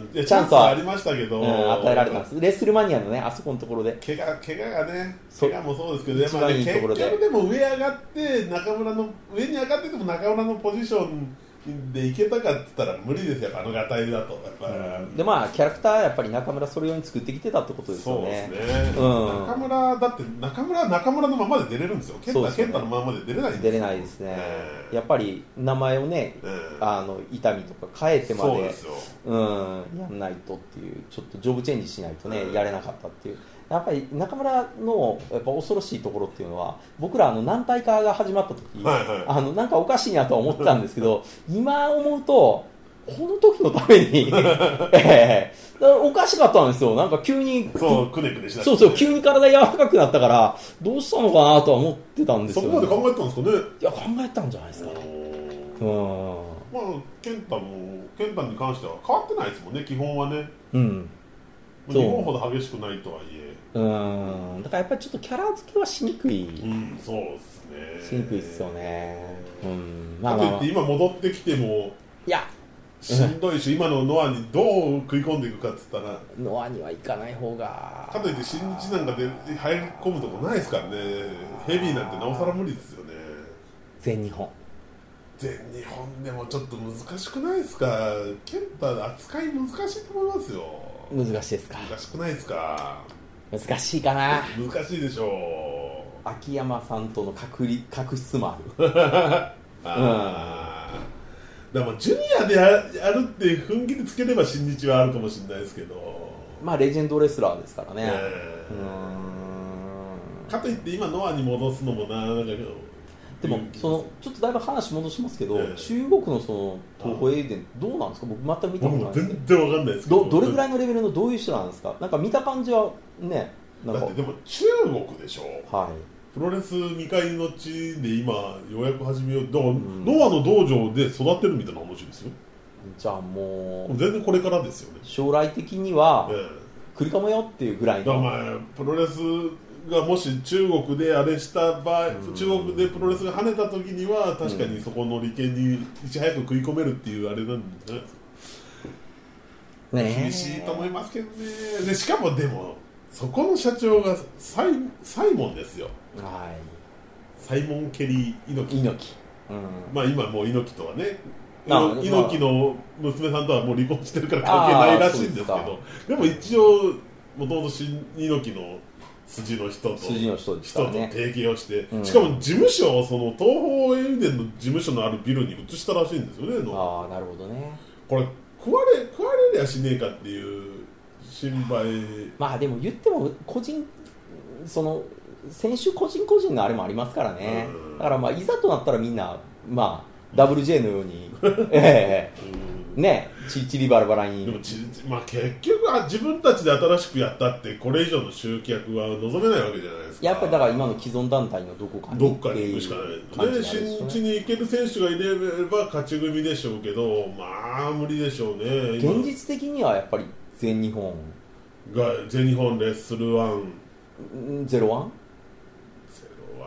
Speaker 2: んいや
Speaker 1: チ
Speaker 2: チ
Speaker 1: ャン
Speaker 2: ャン
Speaker 1: ス
Speaker 2: ス
Speaker 1: は
Speaker 2: はありましたけど、
Speaker 1: うん与えられたんです。レッスルマニアのね、あそこのところで。
Speaker 2: 怪我怪我がね、
Speaker 1: そう
Speaker 2: 怪我もそうですけど、やっ
Speaker 1: 一
Speaker 2: ぱ
Speaker 1: 番い
Speaker 2: ね
Speaker 1: いところで
Speaker 2: 結局でも上上がって、中村の上に上がってても中村のポジションでいけたかって言ったら無理ですよ、あのがたいだと、やっぱ
Speaker 1: で、まあ、キャラクターはやっぱり中村それ用に作ってきてたってことですよ
Speaker 2: そうで
Speaker 1: ね。
Speaker 2: すね、
Speaker 1: うん
Speaker 2: 中村、だって中村は中村のままで出れるんですよ、健
Speaker 1: そう
Speaker 2: 太、
Speaker 1: ですよ
Speaker 2: 健
Speaker 1: ね
Speaker 2: 太のままで出れないんですよ
Speaker 1: 出れないですね。
Speaker 2: え
Speaker 1: やっぱり、名前をね、
Speaker 2: うん
Speaker 1: あの、痛みとか変えてま
Speaker 2: そうで、
Speaker 1: です
Speaker 2: よ、
Speaker 1: うん、やんないとっていう、ちょっとジョブチェンジしないとね、
Speaker 2: うん
Speaker 1: やれなかったっていう。やっぱり中村のやっぱ恐ろしいところっていうのは僕らあの軟体化が始まった時、
Speaker 2: はいはい
Speaker 1: あのなんかおかしいなとは思ってたんですけど今思うとこの時のために、 ええだからおかしかったんですよなんか急に
Speaker 2: そう、くねくねしな
Speaker 1: そうそう急に体柔らかくなったからどうしたのかなとは思ってたんです
Speaker 2: そ
Speaker 1: よ、
Speaker 2: こ
Speaker 1: ね、
Speaker 2: まで考えてたんですかね。
Speaker 1: いや考えたんじゃないですか
Speaker 2: おー
Speaker 1: うん
Speaker 2: まあ、健太も健太に関しては変わってないですもんね、基本はね、
Speaker 1: うんそう
Speaker 2: 日本ほど激しくないとはいえ、
Speaker 1: うんだからやっぱりちょっとキャラ付けはしにくい
Speaker 2: うん、そうです
Speaker 1: し
Speaker 2: ね。
Speaker 1: にくいっすよねうんまあ
Speaker 2: か
Speaker 1: まあまあ
Speaker 2: といって
Speaker 1: い
Speaker 2: 今戻ってきても
Speaker 1: や
Speaker 2: しんどいし、今 のノアにどう食い込んでいくかっつったら、
Speaker 1: ノアには行かない方が
Speaker 2: かといって新日なんかで入り込むとこないですからね、ヘビーなんてなおさら無理ですよね。
Speaker 1: 全日本
Speaker 2: 全日本でもちょっと難しくないですか、健太、扱い難しいと思いますよ。
Speaker 1: 難しいですか
Speaker 2: 難しくないですか、
Speaker 1: 難しいかな
Speaker 2: 難しいでしょう。
Speaker 1: 秋山さんとの確率確執もある
Speaker 2: あーだからまあジュニアでややるって踏ん切りつければ新日はあるかもしれないですけど、
Speaker 1: まあレジェンドレスラーですからね、
Speaker 2: え
Speaker 1: うー
Speaker 2: ー
Speaker 1: ん
Speaker 2: かといって今ノアに戻すのもななんか
Speaker 1: でもそのちょっとだいぶ話戻しますけど、
Speaker 2: ええ
Speaker 1: 中国のその東宝エーデンどうなんですか僕全く見たことない
Speaker 2: も
Speaker 1: うですけ
Speaker 2: 全然わかんないですけ
Speaker 1: ど
Speaker 2: ど
Speaker 1: どどれぐら
Speaker 2: い
Speaker 1: いのレベルのどういう人なんですかなんか見た感じはねなん
Speaker 2: だ
Speaker 1: か
Speaker 2: ってでも中国でしょ
Speaker 1: は
Speaker 2: プロレス未開の地で今ようやく始めようだから、ノアの道場で育てるみたいな話ですよ
Speaker 1: いじゃあもう
Speaker 2: 全然これからですよね、
Speaker 1: 将来的には
Speaker 2: え
Speaker 1: 来るかもよっていうぐらい
Speaker 2: えだから
Speaker 1: の
Speaker 2: まあプロレスがもし中国であれした場合、
Speaker 1: うん
Speaker 2: 中国でプロレスが跳ねた時には確かにそこの利権にいち早く食い込めるっていうあれなんじゃないですか
Speaker 1: ねえ
Speaker 2: 厳しいと思いますけどねでしかもでもそこの社長がサイサイモンですよ
Speaker 1: は
Speaker 2: サイモン・ケリー
Speaker 1: い
Speaker 2: 猪木
Speaker 1: 猪木、うん
Speaker 2: まあ今もう猪木とはね
Speaker 1: ああ
Speaker 2: 猪木
Speaker 1: まあ
Speaker 2: 猪木の娘さんとはもう離婚してるから関係ないらしいんですけ
Speaker 1: ああそう
Speaker 2: どでも一応もともと猪木の筋の人と
Speaker 1: 筋の人ですか
Speaker 2: 人
Speaker 1: らね
Speaker 2: と提携をして、
Speaker 1: うん
Speaker 2: しかも事務所をその東方エーデンの事務所のあるビルに移したらしいんですよねの
Speaker 1: ああなるほどね
Speaker 2: これ食われ食われりゃしねえかっていう心配
Speaker 1: まあでも言っても個人その選手個人個人のあれもありますからね
Speaker 2: うん
Speaker 1: だからまあいざとなったらみんなまあ WJ のようにええ
Speaker 2: うん
Speaker 1: ねちちりばらばら
Speaker 2: でも
Speaker 1: に
Speaker 2: ち、まあ、結局あ自分たちで新しくやったってこれ以上の集客は望めないわけじゃないですか
Speaker 1: やっぱりだから今の既存団体のどこかに
Speaker 2: どっ
Speaker 1: っ
Speaker 2: か
Speaker 1: て
Speaker 2: に
Speaker 1: い
Speaker 2: 行く
Speaker 1: う
Speaker 2: しかな
Speaker 1: 感
Speaker 2: い
Speaker 1: じ
Speaker 2: で
Speaker 1: にな
Speaker 2: す
Speaker 1: る
Speaker 2: ね
Speaker 1: ん
Speaker 2: 新
Speaker 1: です
Speaker 2: 地
Speaker 1: よね
Speaker 2: に行ける選手がいれば勝ち組でしょうけどまあ無理でしょうね今
Speaker 1: 現実的にはやっぱり全日本
Speaker 2: が全日本レッスルワン
Speaker 1: んゼロワン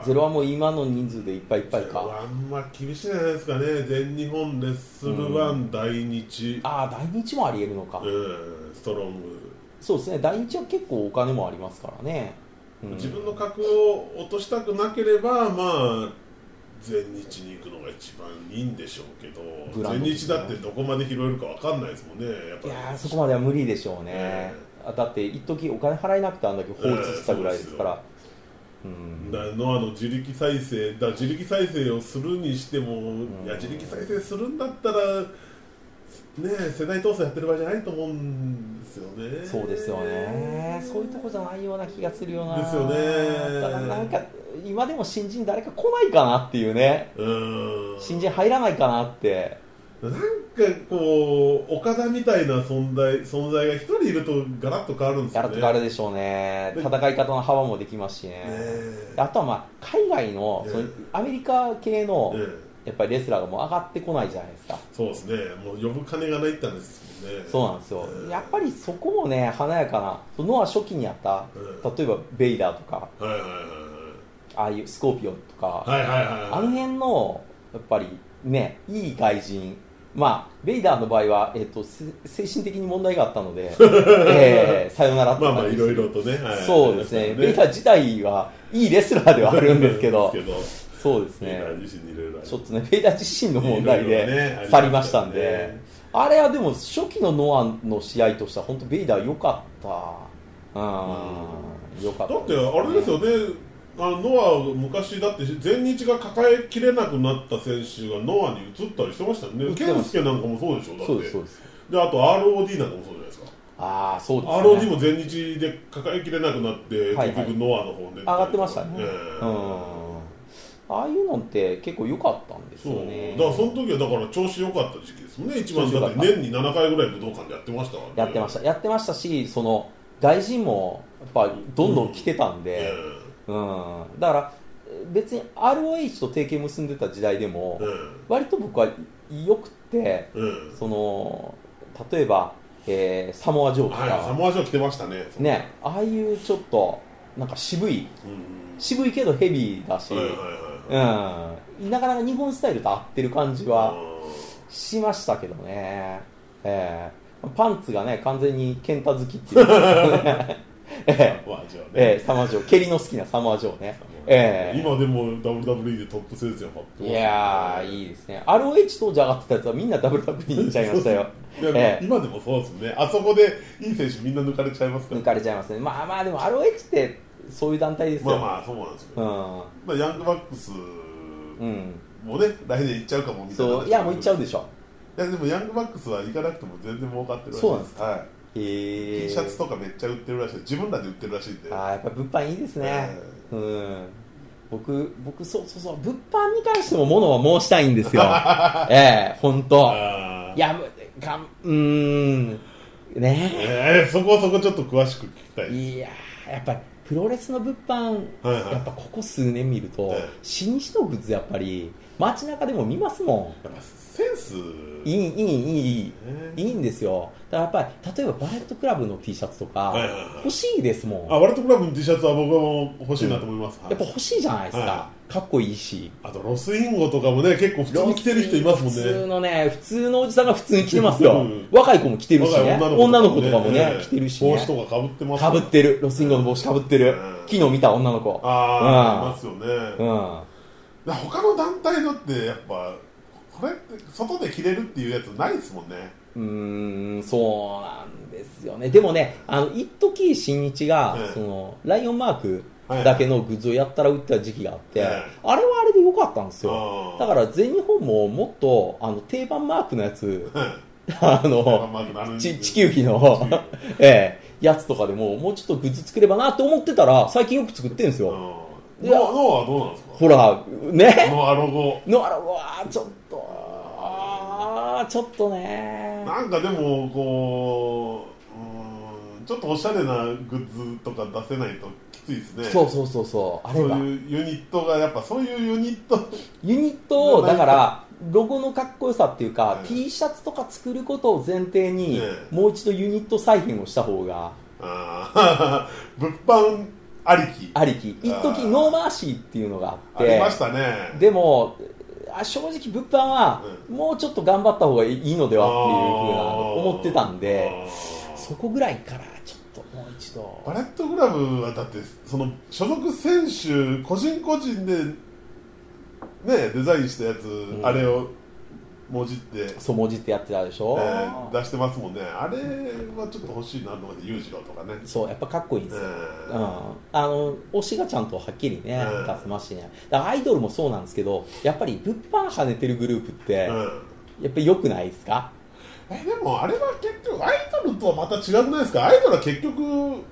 Speaker 1: ゼロワンも今の人数でいっぱいいっぱいか
Speaker 2: あんま厳しいんじゃないですかね全日本レッスルワン大日、
Speaker 1: ああ大日もありえるのか、
Speaker 2: うん、ストロング
Speaker 1: そうですね大日は結構お金もありますからね、うん
Speaker 2: 自分の格を落としたくなければまあ全日に行くのが一番いいんでしょうけど
Speaker 1: ブランド
Speaker 2: 全日だってどこまで拾えるかわかんないですもんねやっぱ
Speaker 1: いや
Speaker 2: り
Speaker 1: ーそこまでは無理でしょうね、
Speaker 2: え
Speaker 1: あだって一時お金払えなくてあんだけ放置してたぐらいですから、うん
Speaker 2: だノアの自力再生だ自力再生をするにしても、
Speaker 1: ん
Speaker 2: いや自力再生するんだったらねえ世代闘争やってる場合じゃないと思うんですよね
Speaker 1: そうですよねそういうとこじゃないような気がするよな
Speaker 2: ですよね
Speaker 1: だからなんか今でも新人誰か来ないかなっていうね
Speaker 2: うん
Speaker 1: 新人入らないかなって
Speaker 2: なんかこう岡田みたいな存在存在が一人いるとガラッと変わるんです
Speaker 1: や
Speaker 2: よ
Speaker 1: る
Speaker 2: ね
Speaker 1: とかあるでしょうね戦い方の幅もできますしね
Speaker 2: ね
Speaker 1: あとはまあ海外の
Speaker 2: ね
Speaker 1: そのアメリカ系の
Speaker 2: ええ
Speaker 1: やっぱりレスラーがもう上がってこないじゃないですか
Speaker 2: そうですねもう呼ぶ金がないって話ですもんね
Speaker 1: そうなんですよ
Speaker 2: うん
Speaker 1: やっぱりそこもね華やかなそのは初期にやった
Speaker 2: うん
Speaker 1: 例えばベイダーとか
Speaker 2: はいはい
Speaker 1: ああいうスコーピオンとか
Speaker 2: はいはいはいはいはい
Speaker 1: あの辺のやっぱりねいい外人まあベイダーの場合は、えっとせ精神的に問題があったの で、えーさよならって
Speaker 2: まあ
Speaker 1: 感
Speaker 2: まあ
Speaker 1: じ
Speaker 2: いろいろとね、はい
Speaker 1: そうですねベイダー
Speaker 2: ー
Speaker 1: 自体はいいレスラーではあるんですけ ど
Speaker 2: ですけど
Speaker 1: そうです
Speaker 2: ベイ
Speaker 1: ね
Speaker 2: ダー自身にいろいろあり
Speaker 1: ちょっとねベイダー自身の問題
Speaker 2: いろいろね
Speaker 1: で
Speaker 2: ありました
Speaker 1: 去りましたんで
Speaker 2: ね
Speaker 1: あれはでも初期のノアの試合としては本当ベイダー良かったうん良かった
Speaker 2: だってあれですよねあのノア昔だって全日が抱えきれなくなった選手がノアに移ったりしてましたよ
Speaker 1: 移っ
Speaker 2: ね
Speaker 1: てま
Speaker 2: 健
Speaker 1: す
Speaker 2: 介なんかもそうでしょだって
Speaker 1: そうですそうです
Speaker 2: であと ROD なんかもそうじゃないですか
Speaker 1: ああそうです、ね、
Speaker 2: ROD も全日で抱えきれなくなって、
Speaker 1: はいはい
Speaker 2: 結局ノアの方で上
Speaker 1: 上がってましたね、うんああいうのって結構良かったんです
Speaker 2: そう
Speaker 1: よね
Speaker 2: だからその時はだから調子良かった時期ですもんね一番だって年に7回ぐらい武道館でやってましたから、
Speaker 1: やってましたやってましたしその外人もやっぱどんどん来てたん
Speaker 2: え
Speaker 1: で、うんだから別に ROH と提携結んでた時代でも、
Speaker 2: え
Speaker 1: 割と僕は良くて
Speaker 2: えええ
Speaker 1: その例えば、えーサモア・ジョーとか、
Speaker 2: はいサモアジョー来てましたね
Speaker 1: ねああいうちょっとなんか渋い
Speaker 2: うん
Speaker 1: 渋いけどヘビーだし、
Speaker 2: はいはいはい
Speaker 1: うん、なかなか日本スタイルと合ってる感じはしましたけどね、ええパンツがね完全にケンタ好きっていう、 ええ
Speaker 2: サモアジョーね
Speaker 1: ええサマージョー蹴りの好きなサマージョーね、ええ
Speaker 2: 今でも WWE でトップセーズやっ
Speaker 1: いやーいいですね ROH 当時上がってたやつはみんな WWE にいっちゃいました よ
Speaker 2: でも
Speaker 1: ええ
Speaker 2: 今でもそうですねあそこでいい選手みんな抜かれちゃいますから
Speaker 1: 抜かれちゃいますねまあまあでも ROH ってそういう団体です
Speaker 2: ま
Speaker 1: よ、
Speaker 2: あまあそうなんですけど、まあ、ヤングバックス
Speaker 1: うん、うん、
Speaker 2: もね来年行っちゃうかもみたいな
Speaker 1: そういやもう行っちゃうでしょ
Speaker 2: いやでもヤングバックスは行かなくても全然儲かってるらしい
Speaker 1: そうなんですか
Speaker 2: はい
Speaker 1: へえ
Speaker 2: T シャツとかめっちゃ売ってるらしい自分らで売ってるらしいんで
Speaker 1: あーやっぱ物販いいですね、うん僕僕そうそうそう物販に関しても物は申したいんです よええ本当
Speaker 2: あー
Speaker 1: いやがんうーんね
Speaker 2: えーそこそこちょっと詳しく聞きたいです
Speaker 1: いやーやっぱりプロレスの物販
Speaker 2: はいはい
Speaker 1: やっぱここ数年見ると、
Speaker 2: ええ
Speaker 1: 新日のグッズやっぱり街中でも見ますも
Speaker 2: やっぱセンス
Speaker 1: んいいいいいい
Speaker 2: ね
Speaker 1: いいんですよだからやっぱり例えばバレットクラブの T シャツとか
Speaker 2: はいはいはい
Speaker 1: 欲しいですもん
Speaker 2: あワルトクラブの T シャツは僕も欲しいなと思います、
Speaker 1: やっぱ欲しいじゃないですか、
Speaker 2: は
Speaker 1: かっこいいし
Speaker 2: あとロスインゴとかもね結構普通に着てる人いますもん
Speaker 1: 普通
Speaker 2: ね
Speaker 1: のね普通のおじさんが普通に着てますよ、
Speaker 2: うん
Speaker 1: 若い子も着てるしね
Speaker 2: 若い
Speaker 1: 女の子とかもね
Speaker 2: ええ
Speaker 1: 着てるし
Speaker 2: 帽子
Speaker 1: ね
Speaker 2: とかかぶってます
Speaker 1: かぶってるロスインゴの帽子かぶってる、
Speaker 2: うん
Speaker 1: 昨日見た女の子
Speaker 2: ああ、いますよね、
Speaker 1: うん、
Speaker 2: 他の団体のってやっぱこれって外で着れるっていうやつないですもんね
Speaker 1: うん、うーんそうなんですよねでもねあの一時新日が、
Speaker 2: ええ
Speaker 1: そのライオンマークだけのグッズをやったら売ってた時期があって、
Speaker 2: ええ
Speaker 1: あれはあれで良かったんですよ
Speaker 2: あ
Speaker 1: だから全日本ももっとあの定番マークのやつ
Speaker 2: ら
Speaker 1: あのち地球儀の、 ええ、やつとかでももうちょっとグッズ作ればなと思ってたら最近よく作ってるんですよ、
Speaker 2: うんノアノアはどうなんですか
Speaker 1: ほらね
Speaker 2: ノアロゴ
Speaker 1: のあらうわーちょっとあーちょっとね
Speaker 2: なんかでもこううんちょっとおしゃれなグッズとか出せないときついですね
Speaker 1: そうそうそうそうあれ
Speaker 2: そう
Speaker 1: は
Speaker 2: いうユニットがやっぱそういうユニット
Speaker 1: ユニットをだ
Speaker 2: なんか
Speaker 1: からロゴのかっこよさっていうか、
Speaker 2: ええ
Speaker 1: T シャツとか作ることを前提に、
Speaker 2: ええ
Speaker 1: もう一度ユニット再編をした方が
Speaker 2: あー 物販ありき
Speaker 1: ありき一
Speaker 2: あ
Speaker 1: 時
Speaker 2: ー
Speaker 1: ノーマーシーっていうのがあっ
Speaker 2: あ
Speaker 1: て
Speaker 2: りましたね
Speaker 1: でもあ正直物販はもうちょっと頑張った方がいいのではっていうふうな思ってたんで
Speaker 2: あー
Speaker 1: そこぐらいからちょっともう一度
Speaker 2: バレットグラブはだってその所属選手個人個人でねデザインしたやつ、
Speaker 1: ん
Speaker 2: あれをもじって、え
Speaker 1: そう文字ってやってたでしょ、
Speaker 2: ー出してますもんねあれはちょっと欲しいなと思って裕次郎とかね、
Speaker 1: そうやっぱかっこいいんですよ、
Speaker 2: え
Speaker 1: うん、あの推しがちゃんとはっきりね
Speaker 2: うん
Speaker 1: 出せますしねだからアイドルもそうなんですけどやっぱり物販跳ねてるグループって
Speaker 2: ーうん
Speaker 1: やっぱり良くないですか
Speaker 2: えでもあれは結局アイドルとはまた違くないですかアイドルは結局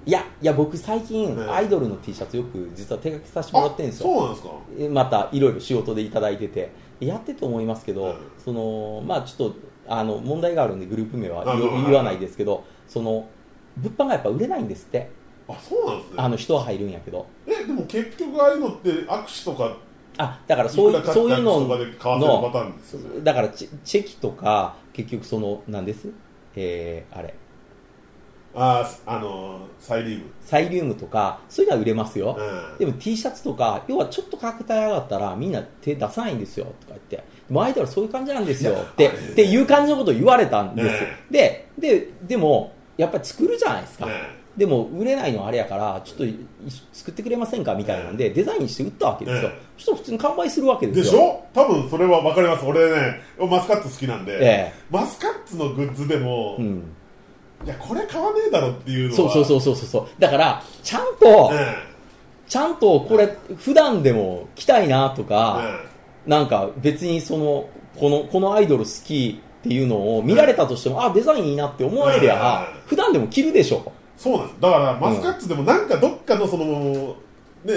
Speaker 1: いやいや僕最近
Speaker 2: ね
Speaker 1: アイドルの T シャツよく実は手掛けさせてもらってるんですよ
Speaker 2: そうなんですか
Speaker 1: えまたいろいろ仕事でいただいててやってと思いますけど、
Speaker 2: はい
Speaker 1: そのまあちょっとあの問題があるんでグループ名は
Speaker 2: あ
Speaker 1: 言
Speaker 2: まあ
Speaker 1: 言わないですけどその物販がやっぱ売れないんですって
Speaker 2: あそうなんですね
Speaker 1: あの人は入るんやけど
Speaker 2: えでも結局ああいうのって握手とか
Speaker 1: あだから
Speaker 2: い
Speaker 1: そうい
Speaker 2: くら
Speaker 1: う
Speaker 2: 買っ
Speaker 1: そう
Speaker 2: た
Speaker 1: い
Speaker 2: 握
Speaker 1: う
Speaker 2: 手とかで買わせるパ
Speaker 1: の
Speaker 2: ターンですよね
Speaker 1: のだからチェチェキとか結局そのなんですえーあれ
Speaker 2: あーすあのーサイリウム
Speaker 1: サイリウムとかそういうのは売れますよ、
Speaker 2: うん
Speaker 1: でも T シャツとか要はちょっとかけたがったらみんな手出さないんですよとか言ってでもアイドルはそういう感じなんですよってっていう感じのことを言われたんです、でででもやっぱり作るじゃないですか、
Speaker 2: ね
Speaker 1: でも売れないのはあれやからちょっとい作ってくれませんかみたいなんでデザインして売ったわけですよ、
Speaker 2: ええ
Speaker 1: そしたら普通に完売するわけです
Speaker 2: で
Speaker 1: よ
Speaker 2: しょ多分それは分かります俺ねマスカッツ好きなんで、
Speaker 1: え
Speaker 2: マスカッツのグッズでも、
Speaker 1: えう
Speaker 2: い
Speaker 1: ん、
Speaker 2: やこれ買わねえだろっていうのは
Speaker 1: そうそうそうそうそうそうだからちゃんと、
Speaker 2: ね
Speaker 1: ちゃんとこれ普段でも着たいなとか、
Speaker 2: ね
Speaker 1: なんか別にそのこのこのアイドル好きっていうのを見られたとしても、あデザインいいなって思えりゃ、
Speaker 2: うん
Speaker 1: 普段でも着るでしょ
Speaker 2: そうなんですだからマスカッツでもなんかどっかのその、ね、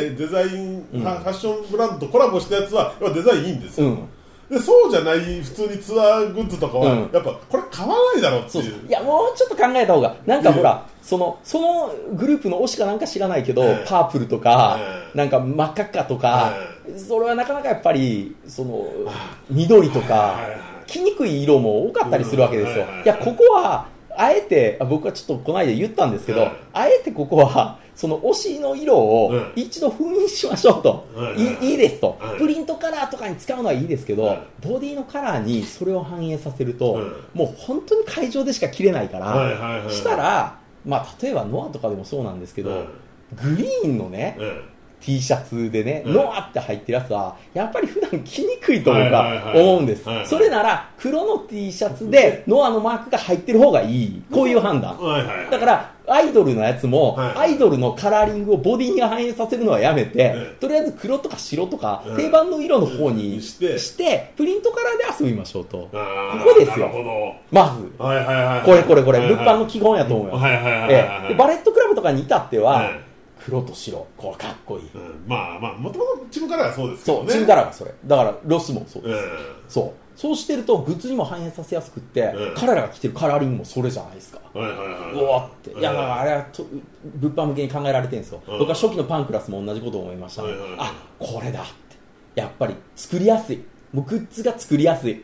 Speaker 2: デザイン、
Speaker 1: うん
Speaker 2: ファッションブランドとコラボしたやつはやっぱデザインいいんです
Speaker 1: う
Speaker 2: よ、
Speaker 1: ん
Speaker 2: でそうじゃない普通にツアーグッズとかは、
Speaker 1: うん
Speaker 2: やっぱこれ買わないだろって
Speaker 1: そう
Speaker 2: い
Speaker 1: そう
Speaker 2: う
Speaker 1: いやもうちょっと考えた方がなんかほ
Speaker 2: いやい
Speaker 1: らそのそのグループの推しかなんか知らないけど、
Speaker 2: ええ
Speaker 1: パープルとか、
Speaker 2: ええ
Speaker 1: なんか真っ赤っかとか、それはなかなかやっぱりその緑とか
Speaker 2: はいはい
Speaker 1: 着にくい色も多かったりするわけですよ
Speaker 2: うんはいはい
Speaker 1: いやここはあえてあ僕はちょっとこの間言ったんですけ
Speaker 2: は
Speaker 1: ど
Speaker 2: い
Speaker 1: あえてここはその推しの色を
Speaker 2: うん
Speaker 1: 一度封印しましょうと
Speaker 2: はいはい
Speaker 1: いいいですと
Speaker 2: はい
Speaker 1: プリントカラーとかに使うのはいいですけど
Speaker 2: はい
Speaker 1: ボディのカラーにそれを反映させると
Speaker 2: うん
Speaker 1: もう本当に会場でしか着れないか
Speaker 2: はいはいは
Speaker 1: ら
Speaker 2: い
Speaker 1: したらまあ例えばノアとかでもそうなんですけ
Speaker 2: うん
Speaker 1: どグリーンのね
Speaker 2: うん
Speaker 1: T シャツでね、
Speaker 2: うん
Speaker 1: ノアって入ってるやつはやっぱり普段着にくいと僕
Speaker 2: はいはい
Speaker 1: は
Speaker 2: はい
Speaker 1: 思うんです、
Speaker 2: はいはい
Speaker 1: それなら黒の T シャツでノアのマークが入ってる方がいいこういう判断、
Speaker 2: はいはいはい
Speaker 1: だからアイドルのやつも、
Speaker 2: はい
Speaker 1: アイドルのカラーリングをボディに反映させるのはやめて、
Speaker 2: うん
Speaker 1: とりあえず黒とか白とか、
Speaker 2: うん
Speaker 1: 定番の色の方に
Speaker 2: うん
Speaker 1: し
Speaker 2: してて
Speaker 1: プリントカラーで遊びましょうと
Speaker 2: あー
Speaker 1: ここですよ
Speaker 2: なるほど
Speaker 1: まず
Speaker 2: はいはいはいはい
Speaker 1: これこれこれ、
Speaker 2: はいはい
Speaker 1: 物販の基本やと思うよ、
Speaker 2: はいはいはいはい
Speaker 1: ええ
Speaker 2: はい
Speaker 1: でバレットクラブとかに至っては、
Speaker 2: はい
Speaker 1: 黒と白こうかっこいい、
Speaker 2: うんまあまあもともとチームカラーはそうですけ
Speaker 1: そ
Speaker 2: ど
Speaker 1: う、
Speaker 2: ね
Speaker 1: チームカラーがそれ。だから、ロスもそう
Speaker 2: う
Speaker 1: です。
Speaker 2: ん
Speaker 1: そう。そうしてると、グッズにも反映させやすくって、
Speaker 2: うん
Speaker 1: 彼らが着てるカラーリングもそれじゃないですか。
Speaker 2: はいはいはいう
Speaker 1: わって。いや、だから
Speaker 2: は
Speaker 1: あれはと、物販向けに考えられてるんですよ。
Speaker 2: うん
Speaker 1: 僕は初期のパンクラスも同じことを思いましたね、
Speaker 2: はいはいはい
Speaker 1: あ、これだって。やっぱり、作りやすい。もうグッズが作りやすい。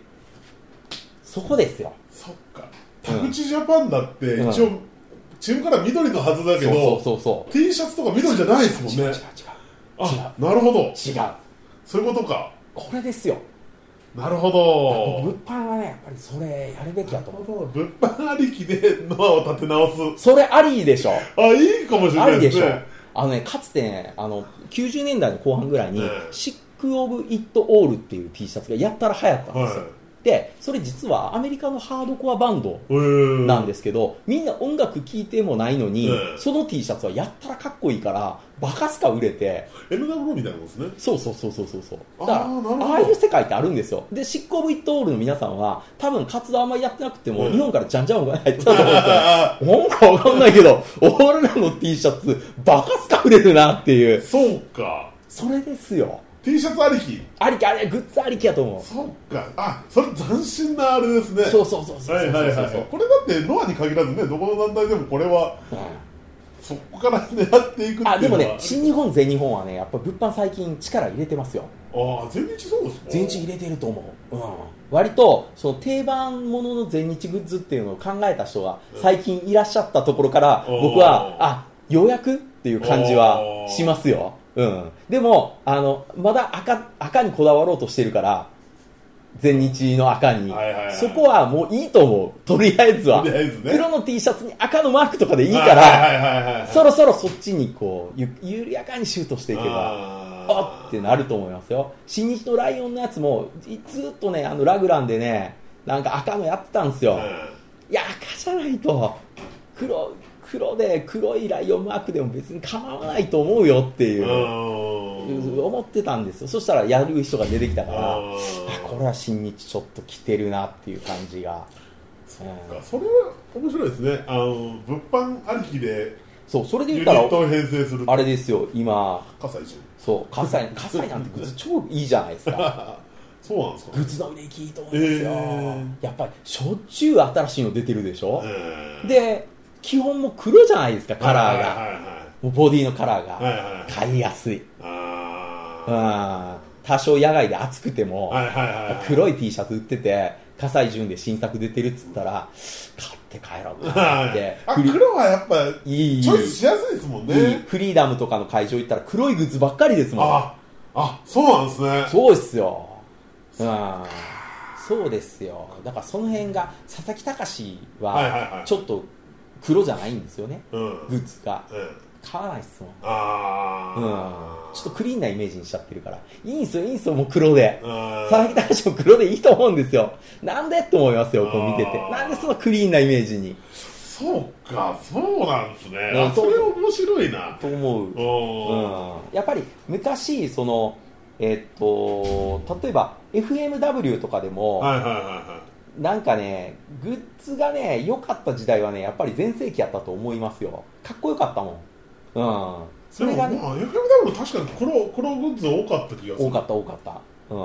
Speaker 1: そこですよ。
Speaker 2: そっか田口ジャパンだって一応チームカラー緑のはずだけ
Speaker 1: そうそう
Speaker 2: ど
Speaker 1: そうそう
Speaker 2: T シャツとか緑じゃないですもん
Speaker 1: 違う違う違
Speaker 2: ね
Speaker 1: う。
Speaker 2: あなるほど
Speaker 1: 違う。違う。
Speaker 2: そういうことか
Speaker 1: これですよ。
Speaker 2: なるほど
Speaker 1: 物販はね、やっぱりそれやるべきだと思う。
Speaker 2: 物販ありきでノアを立て直す
Speaker 1: それありでしょ。
Speaker 2: あいいかもしれ
Speaker 1: あ
Speaker 2: な
Speaker 1: る
Speaker 2: い
Speaker 1: で
Speaker 2: です
Speaker 1: しょ
Speaker 2: ね
Speaker 1: あのねかつてねあの90年代の後半ぐらいに、
Speaker 2: うん
Speaker 1: シック・オブ・イット・オールっていう T シャツがやったら流行ったんですよ、
Speaker 2: は
Speaker 1: でそれ実はアメリカのハードコアバンド
Speaker 2: いうん
Speaker 1: なんですけど、みんな音楽聴いてもないのに、
Speaker 2: うん
Speaker 1: その T シャツはやったらかっこいいからバカすか売れて
Speaker 2: MW みたいなもんですね
Speaker 1: そうそうそうそうそうそう
Speaker 2: あ
Speaker 1: だから
Speaker 2: ーなるほど
Speaker 1: ああいう世界ってあるんですよでシック・オブ・イット・オールの皆さんは多分活動あんまりやってなくても、
Speaker 2: うん
Speaker 1: 日本からじゃんじゃんお金入ってたと思うんですよ
Speaker 2: あ
Speaker 1: なんかわかんないけど、俺らの T シャツ、バカすか売れるなってい
Speaker 2: ー
Speaker 1: う。
Speaker 2: そうか
Speaker 1: それですよ。
Speaker 2: T シャツありき
Speaker 1: ありき、あれ、グッズありきやと思う。
Speaker 2: そっかあそれ斬新なあれですね
Speaker 1: そうそうそうそうそうそう。
Speaker 2: はいはいはいはいこれだってノアに限らずねどこの団体でもこれは
Speaker 1: うん
Speaker 2: そこから狙っていくっていうのは
Speaker 1: あ、でもね、新日本、全日本はね、やっぱ物販最近力入れてますよ。
Speaker 2: ああ全日そうですか
Speaker 1: 全日入れてると思う。うん。割と、その定番ものの全日グッズっていうのを考えた人が最近いらっしゃったところから、
Speaker 2: うん
Speaker 1: 僕は、あ、ようやくっていう感じはしますよ。うん。でも、あの、まだ赤、赤にこだわろうとしてるから、全日の赤に
Speaker 2: はいはいは。い
Speaker 1: そこはもういいと思う。とりあえずは。
Speaker 2: とりあえずね
Speaker 1: 黒の T シャツに赤のマークとかでいい
Speaker 2: は
Speaker 1: か
Speaker 2: い
Speaker 1: ら、
Speaker 2: はいはいはい
Speaker 1: そろそろそっちにこう、ゆ緩やかにシュートしていけば。あ
Speaker 2: あー
Speaker 1: ってなると思いますよ新日のライオンのやつもいずっとねあのラグランでねなんか赤のやってたんですよ、いや赤じゃないと黒黒で黒いライオンマークでも別に構わないと思うよっていうう、
Speaker 2: んうん
Speaker 1: 思ってたんですよそしたらやる人が出てきたから、
Speaker 2: あー
Speaker 1: あこれは新日ちょっと来てるなっていう感じがそう
Speaker 2: それは面白いですねあの物販ありきで
Speaker 1: そうそれで言
Speaker 2: ユニ
Speaker 1: ったら
Speaker 2: ットを編成する
Speaker 1: あれですよ今
Speaker 2: 葛西一
Speaker 1: そう葛西葛西なんてグッズ超いいじゃないですか
Speaker 2: そうなんですか
Speaker 1: グッズの売れ行きいいと思うんですよ、
Speaker 2: えー
Speaker 1: やっぱりしょっちゅう新しいの出てるでしょ、
Speaker 2: えー
Speaker 1: で基本も黒じゃないですかカラーが、
Speaker 2: はいはい
Speaker 1: もうボディのカラー
Speaker 2: はいは
Speaker 1: が
Speaker 2: いはいはい
Speaker 1: 買いやすい、うん、
Speaker 2: あ
Speaker 1: 多少野外で暑くても、
Speaker 2: ーはいはいはいはい
Speaker 1: 黒い T シャツ売ってて葛西潤で新作出てるっつったら買って帰ろうかっ
Speaker 2: は
Speaker 1: て
Speaker 2: いあ
Speaker 1: フリ
Speaker 2: 黒はやっぱ
Speaker 1: いい
Speaker 2: チョイスしやすいですもんね
Speaker 1: いいフリーダムとかの会場行ったら黒いグッズばっかりですもん
Speaker 2: ああそうなんですね
Speaker 1: そうですよ、うん、そうですよだからその辺が佐々木隆
Speaker 2: はいはいは
Speaker 1: はいちょっと黒じゃないんですよね
Speaker 2: うん
Speaker 1: グッズが
Speaker 2: ええ
Speaker 1: 買わないっすもん
Speaker 2: あ
Speaker 1: うん、
Speaker 2: あ
Speaker 1: ちょっとクリーンなイメージにしちゃってるからいいんすよいいんすよもう黒で
Speaker 2: 佐
Speaker 1: 佐々木隆も黒でいいと思うんですよなんでって思いますよこう見てて
Speaker 2: あー
Speaker 1: なんでそのクリーンなイメージに
Speaker 2: そうかそうなんですね
Speaker 1: うん
Speaker 2: あそれ面白いな
Speaker 1: と思う
Speaker 2: うん
Speaker 1: うんやっぱり昔そのえっと例えば FMW とかでも、
Speaker 2: はいはいはいは
Speaker 1: なんかねグッズがね良かった時代はねやっぱり全盛期やったと思いますよかっこよかったもんうん
Speaker 2: い
Speaker 1: それが
Speaker 2: でも
Speaker 1: ね
Speaker 2: まあ FMW も確かに黒黒グッズ多かった気がする
Speaker 1: 多かった多かったうん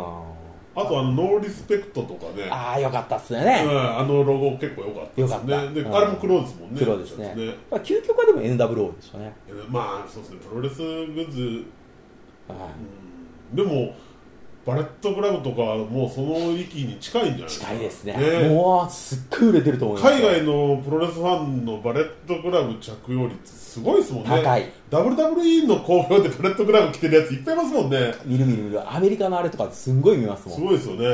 Speaker 2: あとあのノーリスペクトとかね
Speaker 1: ああよかったっすよね、
Speaker 2: う
Speaker 1: やっ
Speaker 2: ん、あのロゴ結構良かったです
Speaker 1: 良かった
Speaker 2: ねで、
Speaker 1: うん
Speaker 2: あれも黒ですもんね
Speaker 1: 黒ですね
Speaker 2: ね
Speaker 1: ぱ究極はでも NWO でしょうね、
Speaker 2: まあそうですねプロレスグッズ
Speaker 1: うん
Speaker 2: うんでもバレットクラブとかはもうその域に近いんじゃないですか
Speaker 1: 近いですねもうすっごい売れてると思います
Speaker 2: 海外のプロレスファンのバレットクラブ着用率すごいですもんね
Speaker 1: 高い
Speaker 2: WWE の好評でバレットクラブ着てるやついっぱいいますもんね
Speaker 1: 見る見る見るアメリカのあれとかすんごい見ますも
Speaker 2: す
Speaker 1: ん
Speaker 2: ごいですよね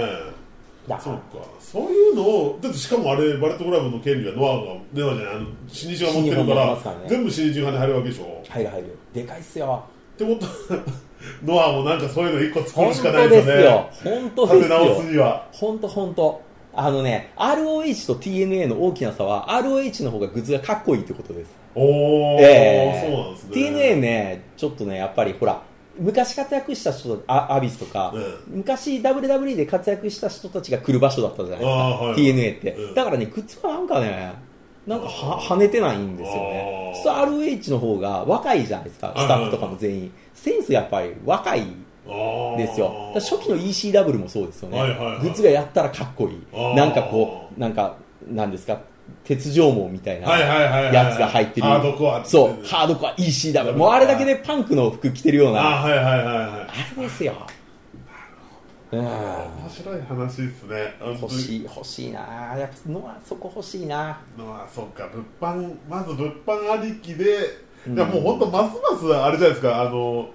Speaker 1: だか
Speaker 2: そう
Speaker 1: ら
Speaker 2: かそういうのをだってしかもあれバレットクラブの権利はノアが出ないじゃないあの新日が持ってるか
Speaker 1: 新日本持ってますから
Speaker 2: ら
Speaker 1: ね
Speaker 2: 全部新日派に入るわけでしょ
Speaker 1: 入る入るでかいっすよ
Speaker 2: ってことは ノアもなんかそういうの一個作
Speaker 1: 本
Speaker 2: るしかな
Speaker 1: 当
Speaker 2: い
Speaker 1: で
Speaker 2: ですすよね
Speaker 1: よ本当
Speaker 2: 立
Speaker 1: で
Speaker 2: て
Speaker 1: すよ
Speaker 2: 直すには
Speaker 1: ほんとほんとあのね ROH と TNA の大きな差は ROH の方がグッズがかっこいいってことです、
Speaker 2: おお、
Speaker 1: え
Speaker 2: そうなんですね
Speaker 1: TNA ねちょっとねやっぱりほら昔活躍した人たあアビスとか、
Speaker 2: う
Speaker 1: 昔 WWE で活躍した人たちが来る場所だったじゃないですか、
Speaker 2: あーはい
Speaker 1: TNA って、
Speaker 2: うん
Speaker 1: だからね靴はなんかねなんかは
Speaker 2: あー
Speaker 1: 跳ねてないんですよね
Speaker 2: あー
Speaker 1: ちょっと ROH の方が若いじゃないですかスタッフとかも全員センスやっぱり若い
Speaker 2: あー
Speaker 1: ですよだから初期の ECW もそうですよね、
Speaker 2: はいはいはい
Speaker 1: グッズがやったらかっこいい
Speaker 2: あー
Speaker 1: なんかこうなんかなんですか鉄条網みたいな
Speaker 2: はいはいはいはい
Speaker 1: やつが入ってる
Speaker 2: ハードコア
Speaker 1: そうハードコア ECW もうあれだけでパンクの服着てるようなあ
Speaker 2: あーはいはいはいはい
Speaker 1: れですようん
Speaker 2: 面白い話ですね
Speaker 1: 欲しい欲しいなやっぱのはそこ欲しいな
Speaker 2: のはそうか物販まず物販ありきで、いやもう本当ますますあれじゃないですかあの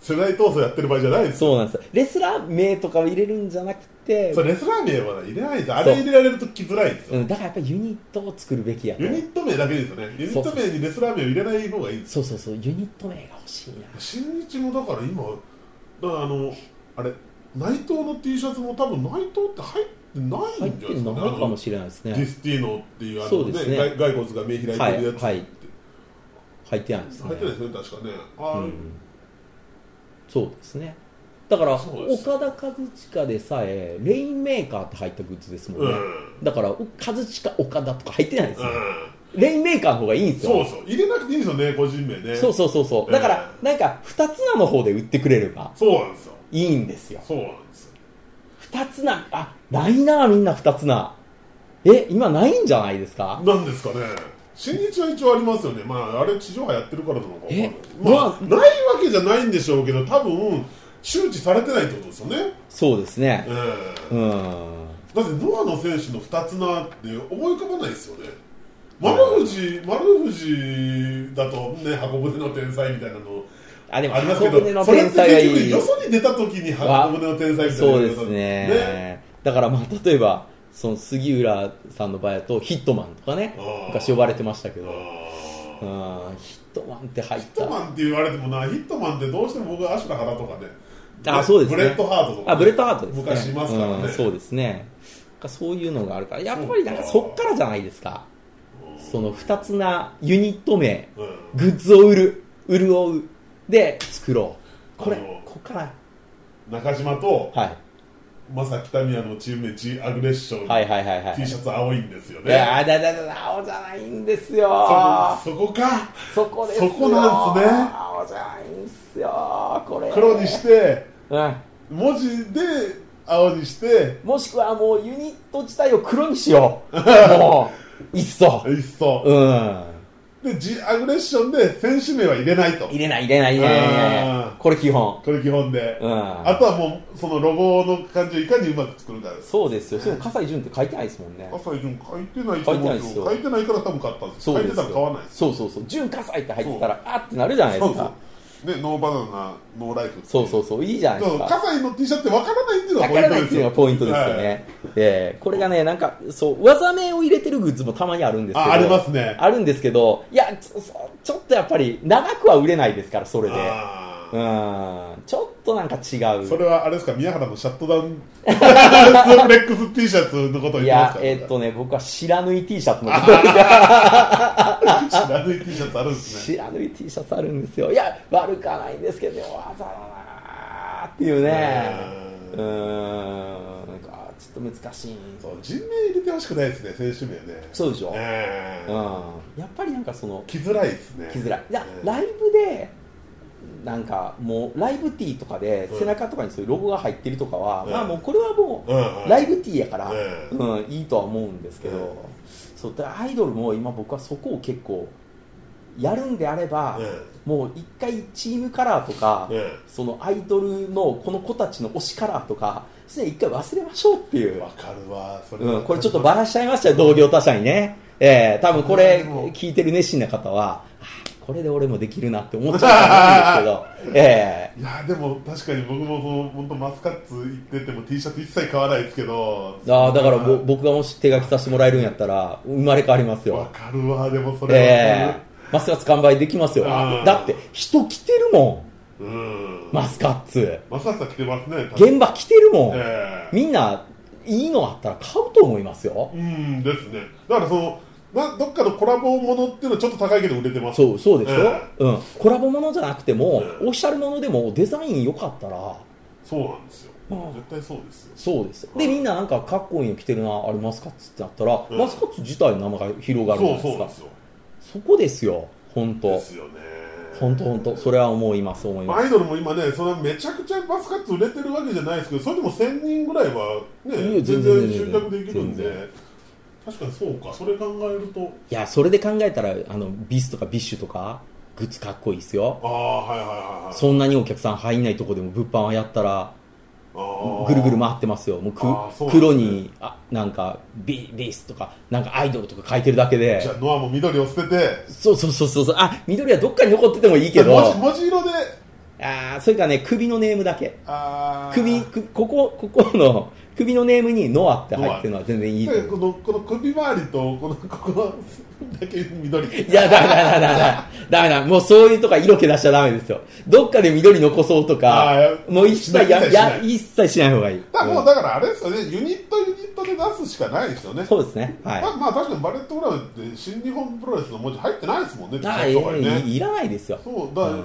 Speaker 2: 世代闘争やってる場合じゃないですよ
Speaker 1: そうなんですよレスラー名とかを入れるんじゃなくて
Speaker 2: それレスラー名は入れないですあれ入れられると来づらいですよ
Speaker 1: うん、だからやっぱりユニットを作るべきやと
Speaker 2: ユニット名だけですよねユニット名にレスラー名を入れない方がいいです
Speaker 1: そうそうそうユニット名が欲しいな
Speaker 2: 新日もだから今だからあのあれ内藤の T シャツも多分内藤って入ってない
Speaker 1: 入っ
Speaker 2: んじゃ
Speaker 1: て
Speaker 2: ないで
Speaker 1: る
Speaker 2: すか
Speaker 1: の
Speaker 2: ね
Speaker 1: ないかもしれないです
Speaker 2: ディ
Speaker 1: ね
Speaker 2: スティーノっていうあ
Speaker 1: そ
Speaker 2: の、
Speaker 1: う
Speaker 2: ね
Speaker 1: ですね
Speaker 2: 骸骸骨が目開いてるやつって、
Speaker 1: はいはい入ってないですね
Speaker 2: 入ってないですね確かねあ
Speaker 1: う
Speaker 2: ー、
Speaker 1: んそうですねだから
Speaker 2: そうです
Speaker 1: 岡田和親でさえレインメーカーって入ったグッズですもん
Speaker 2: う
Speaker 1: ね、
Speaker 2: ん、
Speaker 1: だから和親岡田とか入ってないです
Speaker 2: う
Speaker 1: よ、
Speaker 2: ん
Speaker 1: レインメーカーの方がいいんですよ
Speaker 2: そうそう入れなくていいんですよね個人名ね
Speaker 1: そう
Speaker 2: そ
Speaker 1: そうそうそうだから
Speaker 2: う
Speaker 1: なんか二つ名の方で売ってくれれば
Speaker 2: うなんですよ
Speaker 1: いいんですよ
Speaker 2: そうなんですよ
Speaker 1: 二つ名あないなみんな二つ名え今ないんじゃないですか
Speaker 2: なんですかね新日は一応ありますよねまああれ地上波やってるからなのかわかんない
Speaker 1: え
Speaker 2: まあ、
Speaker 1: まあ
Speaker 2: ないわけじゃないんでしょうけど多分周知されてないってことですよね、
Speaker 1: そうですね
Speaker 2: え
Speaker 1: う
Speaker 2: え
Speaker 1: ん
Speaker 2: だってノアの選手の二つ名って思い浮かばないですよね丸藤丸藤だとね箱舟の天才みたいなの
Speaker 1: あでも
Speaker 2: あります
Speaker 1: 箱
Speaker 2: け
Speaker 1: 舟の
Speaker 2: どそれ
Speaker 1: 天
Speaker 2: って
Speaker 1: 才が
Speaker 2: 結
Speaker 1: い
Speaker 2: 局
Speaker 1: い
Speaker 2: よそに出た時に箱舟の天才みたいな
Speaker 1: そうですね
Speaker 2: ね
Speaker 1: だからまあ例えばその杉浦さんの場合だとヒットマンとかね
Speaker 2: あー
Speaker 1: 昔呼ばれてましたけ
Speaker 2: あ
Speaker 1: どうん
Speaker 2: ー
Speaker 1: ヒットマンって入っ
Speaker 2: ヒッ
Speaker 1: た
Speaker 2: トマンって言われてもなヒットマンってどうしても僕はアシュラハラとかね
Speaker 1: あそうですね
Speaker 2: ブレッドハートとか、
Speaker 1: あブレッドハートですね
Speaker 2: 昔いますからね、
Speaker 1: うんそうですねなんかそういうのがあるからやっぱりなんかそ
Speaker 2: そうか
Speaker 1: っからじゃないですかその二つなユニット名
Speaker 2: うん
Speaker 1: グッズを売る潤うで作ろうこれ
Speaker 2: あの
Speaker 1: こっから
Speaker 2: 中島と
Speaker 1: はい
Speaker 2: まさきたみやのチーム名チアグレッション、
Speaker 1: はいはいはいはい。
Speaker 2: T シャツ青いんですよ
Speaker 1: い
Speaker 2: ね
Speaker 1: やーだだだだ、青じゃないんです
Speaker 2: そ
Speaker 1: よ。
Speaker 2: そこか
Speaker 1: そこですよ。
Speaker 2: そこなんですね
Speaker 1: 青じゃないんですよ。これ。
Speaker 2: 黒にして
Speaker 1: うん。
Speaker 2: 文字で青にして
Speaker 1: もしくはもうユニット自体を黒にしよう。もう、いっそ。
Speaker 2: いっそ、
Speaker 1: うん。
Speaker 2: でジアグレッションで選手名は入れないと
Speaker 1: 入れない入れない入れない入れ
Speaker 2: あ
Speaker 1: ない
Speaker 2: ー
Speaker 1: これ基本。
Speaker 2: これ基本で、
Speaker 1: うん
Speaker 2: あとはもうそのロゴの感じをいかにうまく作るかです
Speaker 1: そうですよ。しかも、葛西潤って書いてないですもんね。
Speaker 2: 朝日潤書いてないと思うんですよ
Speaker 1: 書
Speaker 2: 書
Speaker 1: い
Speaker 2: いてないから多分買ったんです
Speaker 1: そ
Speaker 2: よ
Speaker 1: う
Speaker 2: 書
Speaker 1: ですよ
Speaker 2: いてたら買わないです
Speaker 1: そうそうそう。潤葛西って入ってたら、あーってなるじゃないで
Speaker 2: そ
Speaker 1: す
Speaker 2: う
Speaker 1: か。
Speaker 2: そうねノーバナナノーライフ
Speaker 1: そうそうそう。いいじゃないですか。
Speaker 2: 葛西の T シャツってわからないっていうのが
Speaker 1: わ
Speaker 2: ポイ
Speaker 1: か
Speaker 2: ン
Speaker 1: ら
Speaker 2: ト
Speaker 1: ないっ
Speaker 2: で
Speaker 1: て
Speaker 2: す
Speaker 1: いうの
Speaker 2: よ
Speaker 1: がポイントですよ
Speaker 2: はい
Speaker 1: ね。えーこれがね、なんか、そう、技名を入れてるグッズもたまにあるんですけど。
Speaker 2: あありますね
Speaker 1: あるんですけど、いや、ちょそうちょっとやっぱり、長くは売れないですから、それで。
Speaker 2: あ
Speaker 1: う
Speaker 2: ー
Speaker 1: ん。ちょっとなんか違。
Speaker 2: そうれはあれですか宮原のシャットダウンスープレックス T シャツのことを言っ
Speaker 1: い
Speaker 2: てます
Speaker 1: や
Speaker 2: か、
Speaker 1: えっとね、僕は知らぬい T シャツのこと
Speaker 2: 知らない T シャツあるんですね
Speaker 1: 知らぬい T シャツあるんですよ。いや、悪くはないんですけど、わざわざっていうね。う。
Speaker 2: うん
Speaker 1: なんか、ちょっと難しい。
Speaker 2: そう人名入れてほしくないですね選手名ね
Speaker 1: そうでしょ
Speaker 2: ね
Speaker 1: うん。やっぱりなんかその、
Speaker 2: 来づらいですね
Speaker 1: 着づらいいや
Speaker 2: うん
Speaker 1: ライブでなんかもうライブティーとかで
Speaker 2: うん
Speaker 1: 背中とかにそういうロゴが入ってるとかは、
Speaker 2: うん
Speaker 1: まあもうこれはも
Speaker 2: うんう
Speaker 1: うんライブティーやから、
Speaker 2: う
Speaker 1: うんいいとは思うんですけど、
Speaker 2: うん
Speaker 1: そうだからアイドルも今僕はそこを結構やるんであれば、
Speaker 2: う
Speaker 1: もう一回チームカラーとか、
Speaker 2: んうん
Speaker 1: そのアイドルのこの子たちの推しカラーとかすでに一回忘れましょうっていう
Speaker 2: わかるわそれは
Speaker 1: うん、これちょっとバラしちゃいましたよ、同業他社にね。ええ多分これ
Speaker 2: うんでも
Speaker 1: 聞いてる熱心な方は、あこれで俺もできるなって思っちゃうと思う んですけど、え
Speaker 2: いやでも確かに僕もその本当マスカッツ行ってても T シャツ一切買わないですけど
Speaker 1: えああだからぼ僕がもし手書きさせてもらえるんやったら、生まれ変わります
Speaker 2: わ
Speaker 1: よ。
Speaker 2: かるわでもそれわ
Speaker 1: え
Speaker 2: か
Speaker 1: えますます完売できますよ。あ
Speaker 2: うん
Speaker 1: だって、人来てるも
Speaker 2: るうん
Speaker 1: ん、マスカッツ。
Speaker 2: マスカッツは着てますね多分
Speaker 1: 現場来てるもん。
Speaker 2: ええ
Speaker 1: みんな、いいのあったら買うと思いますよ。
Speaker 2: うんですねだからそのなどっかのコラボものっていうのはちょっと高いけど売れてます
Speaker 1: そうそうでしょ、
Speaker 2: え
Speaker 1: うん、コラボものじゃなくても、オフ
Speaker 2: え
Speaker 1: ィシャルものでもデザイン良かったら、
Speaker 2: そうなんですよ
Speaker 1: うん
Speaker 2: 絶対そうですよ
Speaker 1: そうですでみんななんかかっこいいの着てるなあれマスカッツってなったら、
Speaker 2: うん
Speaker 1: マスカッツ自体の名前が広がるじゃ
Speaker 2: そ
Speaker 1: ない
Speaker 2: う
Speaker 1: で
Speaker 2: そ
Speaker 1: す
Speaker 2: う
Speaker 1: か
Speaker 2: で
Speaker 1: そ
Speaker 2: すよ
Speaker 1: こですよ本当
Speaker 2: ですよね
Speaker 1: 本当本当それは思います思いま
Speaker 2: ア
Speaker 1: す
Speaker 2: イドルも今ね、そんなめちゃくちゃバスカッツ売れてるわけじゃないですけど、それでも1000人ぐらいは、
Speaker 1: い
Speaker 2: ね、
Speaker 1: や
Speaker 2: 全
Speaker 1: 全然
Speaker 2: 然集客できる
Speaker 1: 全
Speaker 2: んで、確かにそうか、それ考えると、
Speaker 1: いやそれで考えたらあのビスとかビッシュとかグッズかっこいいですよ
Speaker 2: ああ、はいはいはいはい。
Speaker 1: そんなにお客さん入んないとこでも物販はやったら
Speaker 2: あー
Speaker 1: ぐるぐる回ってますよもうく
Speaker 2: あーそうなんですね
Speaker 1: 黒にあなんかビビスとかなんかアイドルとか書いてるだけで
Speaker 2: じゃあ、ノアも緑を捨てて、
Speaker 1: そうそうそうそうそうあ緑はどっかに残っててもいいけど
Speaker 2: 文字文字色で、
Speaker 1: あーそれからね首のネームだけ
Speaker 2: あー
Speaker 1: 首くここここの首のネームにノアって入ってるのは全然いいと
Speaker 2: で
Speaker 1: 思
Speaker 2: こ
Speaker 1: う
Speaker 2: のこの首周りと、このここだけ緑。
Speaker 1: いやだめだめだめだめだめだもうそういうとか色気出しちゃダメですよどっかで緑残そうと
Speaker 2: あ
Speaker 1: か
Speaker 2: ー
Speaker 1: もう一切や
Speaker 2: しないしない
Speaker 1: や一切しない方がいい、
Speaker 2: だからもう
Speaker 1: うん
Speaker 2: だからあれですよね、ユニットユニットで出すしかないですよね。
Speaker 1: そうですねはい
Speaker 2: まあ、まあ確かにバレットグラウンドって新日本プロレスの文字入ってないですもんね、
Speaker 1: あ
Speaker 2: そうか
Speaker 1: ー
Speaker 2: ね
Speaker 1: いいいらないですよ
Speaker 2: そうだから、
Speaker 1: うん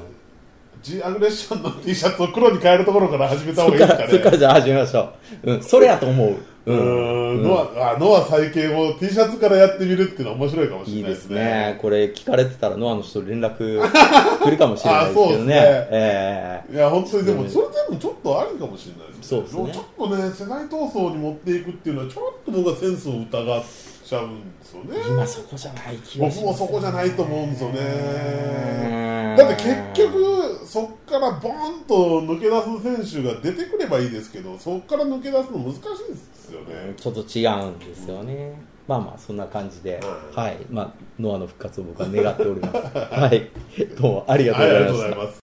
Speaker 2: G アグレッションの T シャツを黒に変えるところから始めた
Speaker 1: そ
Speaker 2: 方
Speaker 1: っ
Speaker 2: がい
Speaker 1: か
Speaker 2: いですからね
Speaker 1: そっからじゃあ始めましょう、うん、それやと思うう
Speaker 2: うー
Speaker 1: ん
Speaker 2: んノアあノア再建を T シャツからやってみるっていうのは面白いかもし
Speaker 1: い
Speaker 2: れ
Speaker 1: い
Speaker 2: ない
Speaker 1: で
Speaker 2: ですすね
Speaker 1: ねこれ聞かれてたらノアの人連絡来るかもしれないですけ
Speaker 2: あそ
Speaker 1: ど
Speaker 2: うです
Speaker 1: ね
Speaker 2: ね
Speaker 1: ええ
Speaker 2: いや本当にでも、
Speaker 1: うん
Speaker 2: それでもちょっとありかもしれないです
Speaker 1: そうですね
Speaker 2: もちょっとね世代闘争に持っていくっていうのはちょっと僕はセンスを疑っちゃうんですよね
Speaker 1: 今そこじゃない気がし
Speaker 2: 僕
Speaker 1: ま
Speaker 2: も
Speaker 1: す
Speaker 2: そこじゃないと思うんですよねだって結局そこからボーンと抜け出す選手が出てくればいいですけどそこから抜け出すの難しいですよね
Speaker 1: ちょっと違うんですよねまあまあそんな感じで、
Speaker 2: うん
Speaker 1: はいまあ、ノアの復活を僕は願っておりますはいどうもありがとう
Speaker 2: は
Speaker 1: ご
Speaker 2: いあ
Speaker 1: ざ
Speaker 2: り
Speaker 1: いました
Speaker 2: がとうございます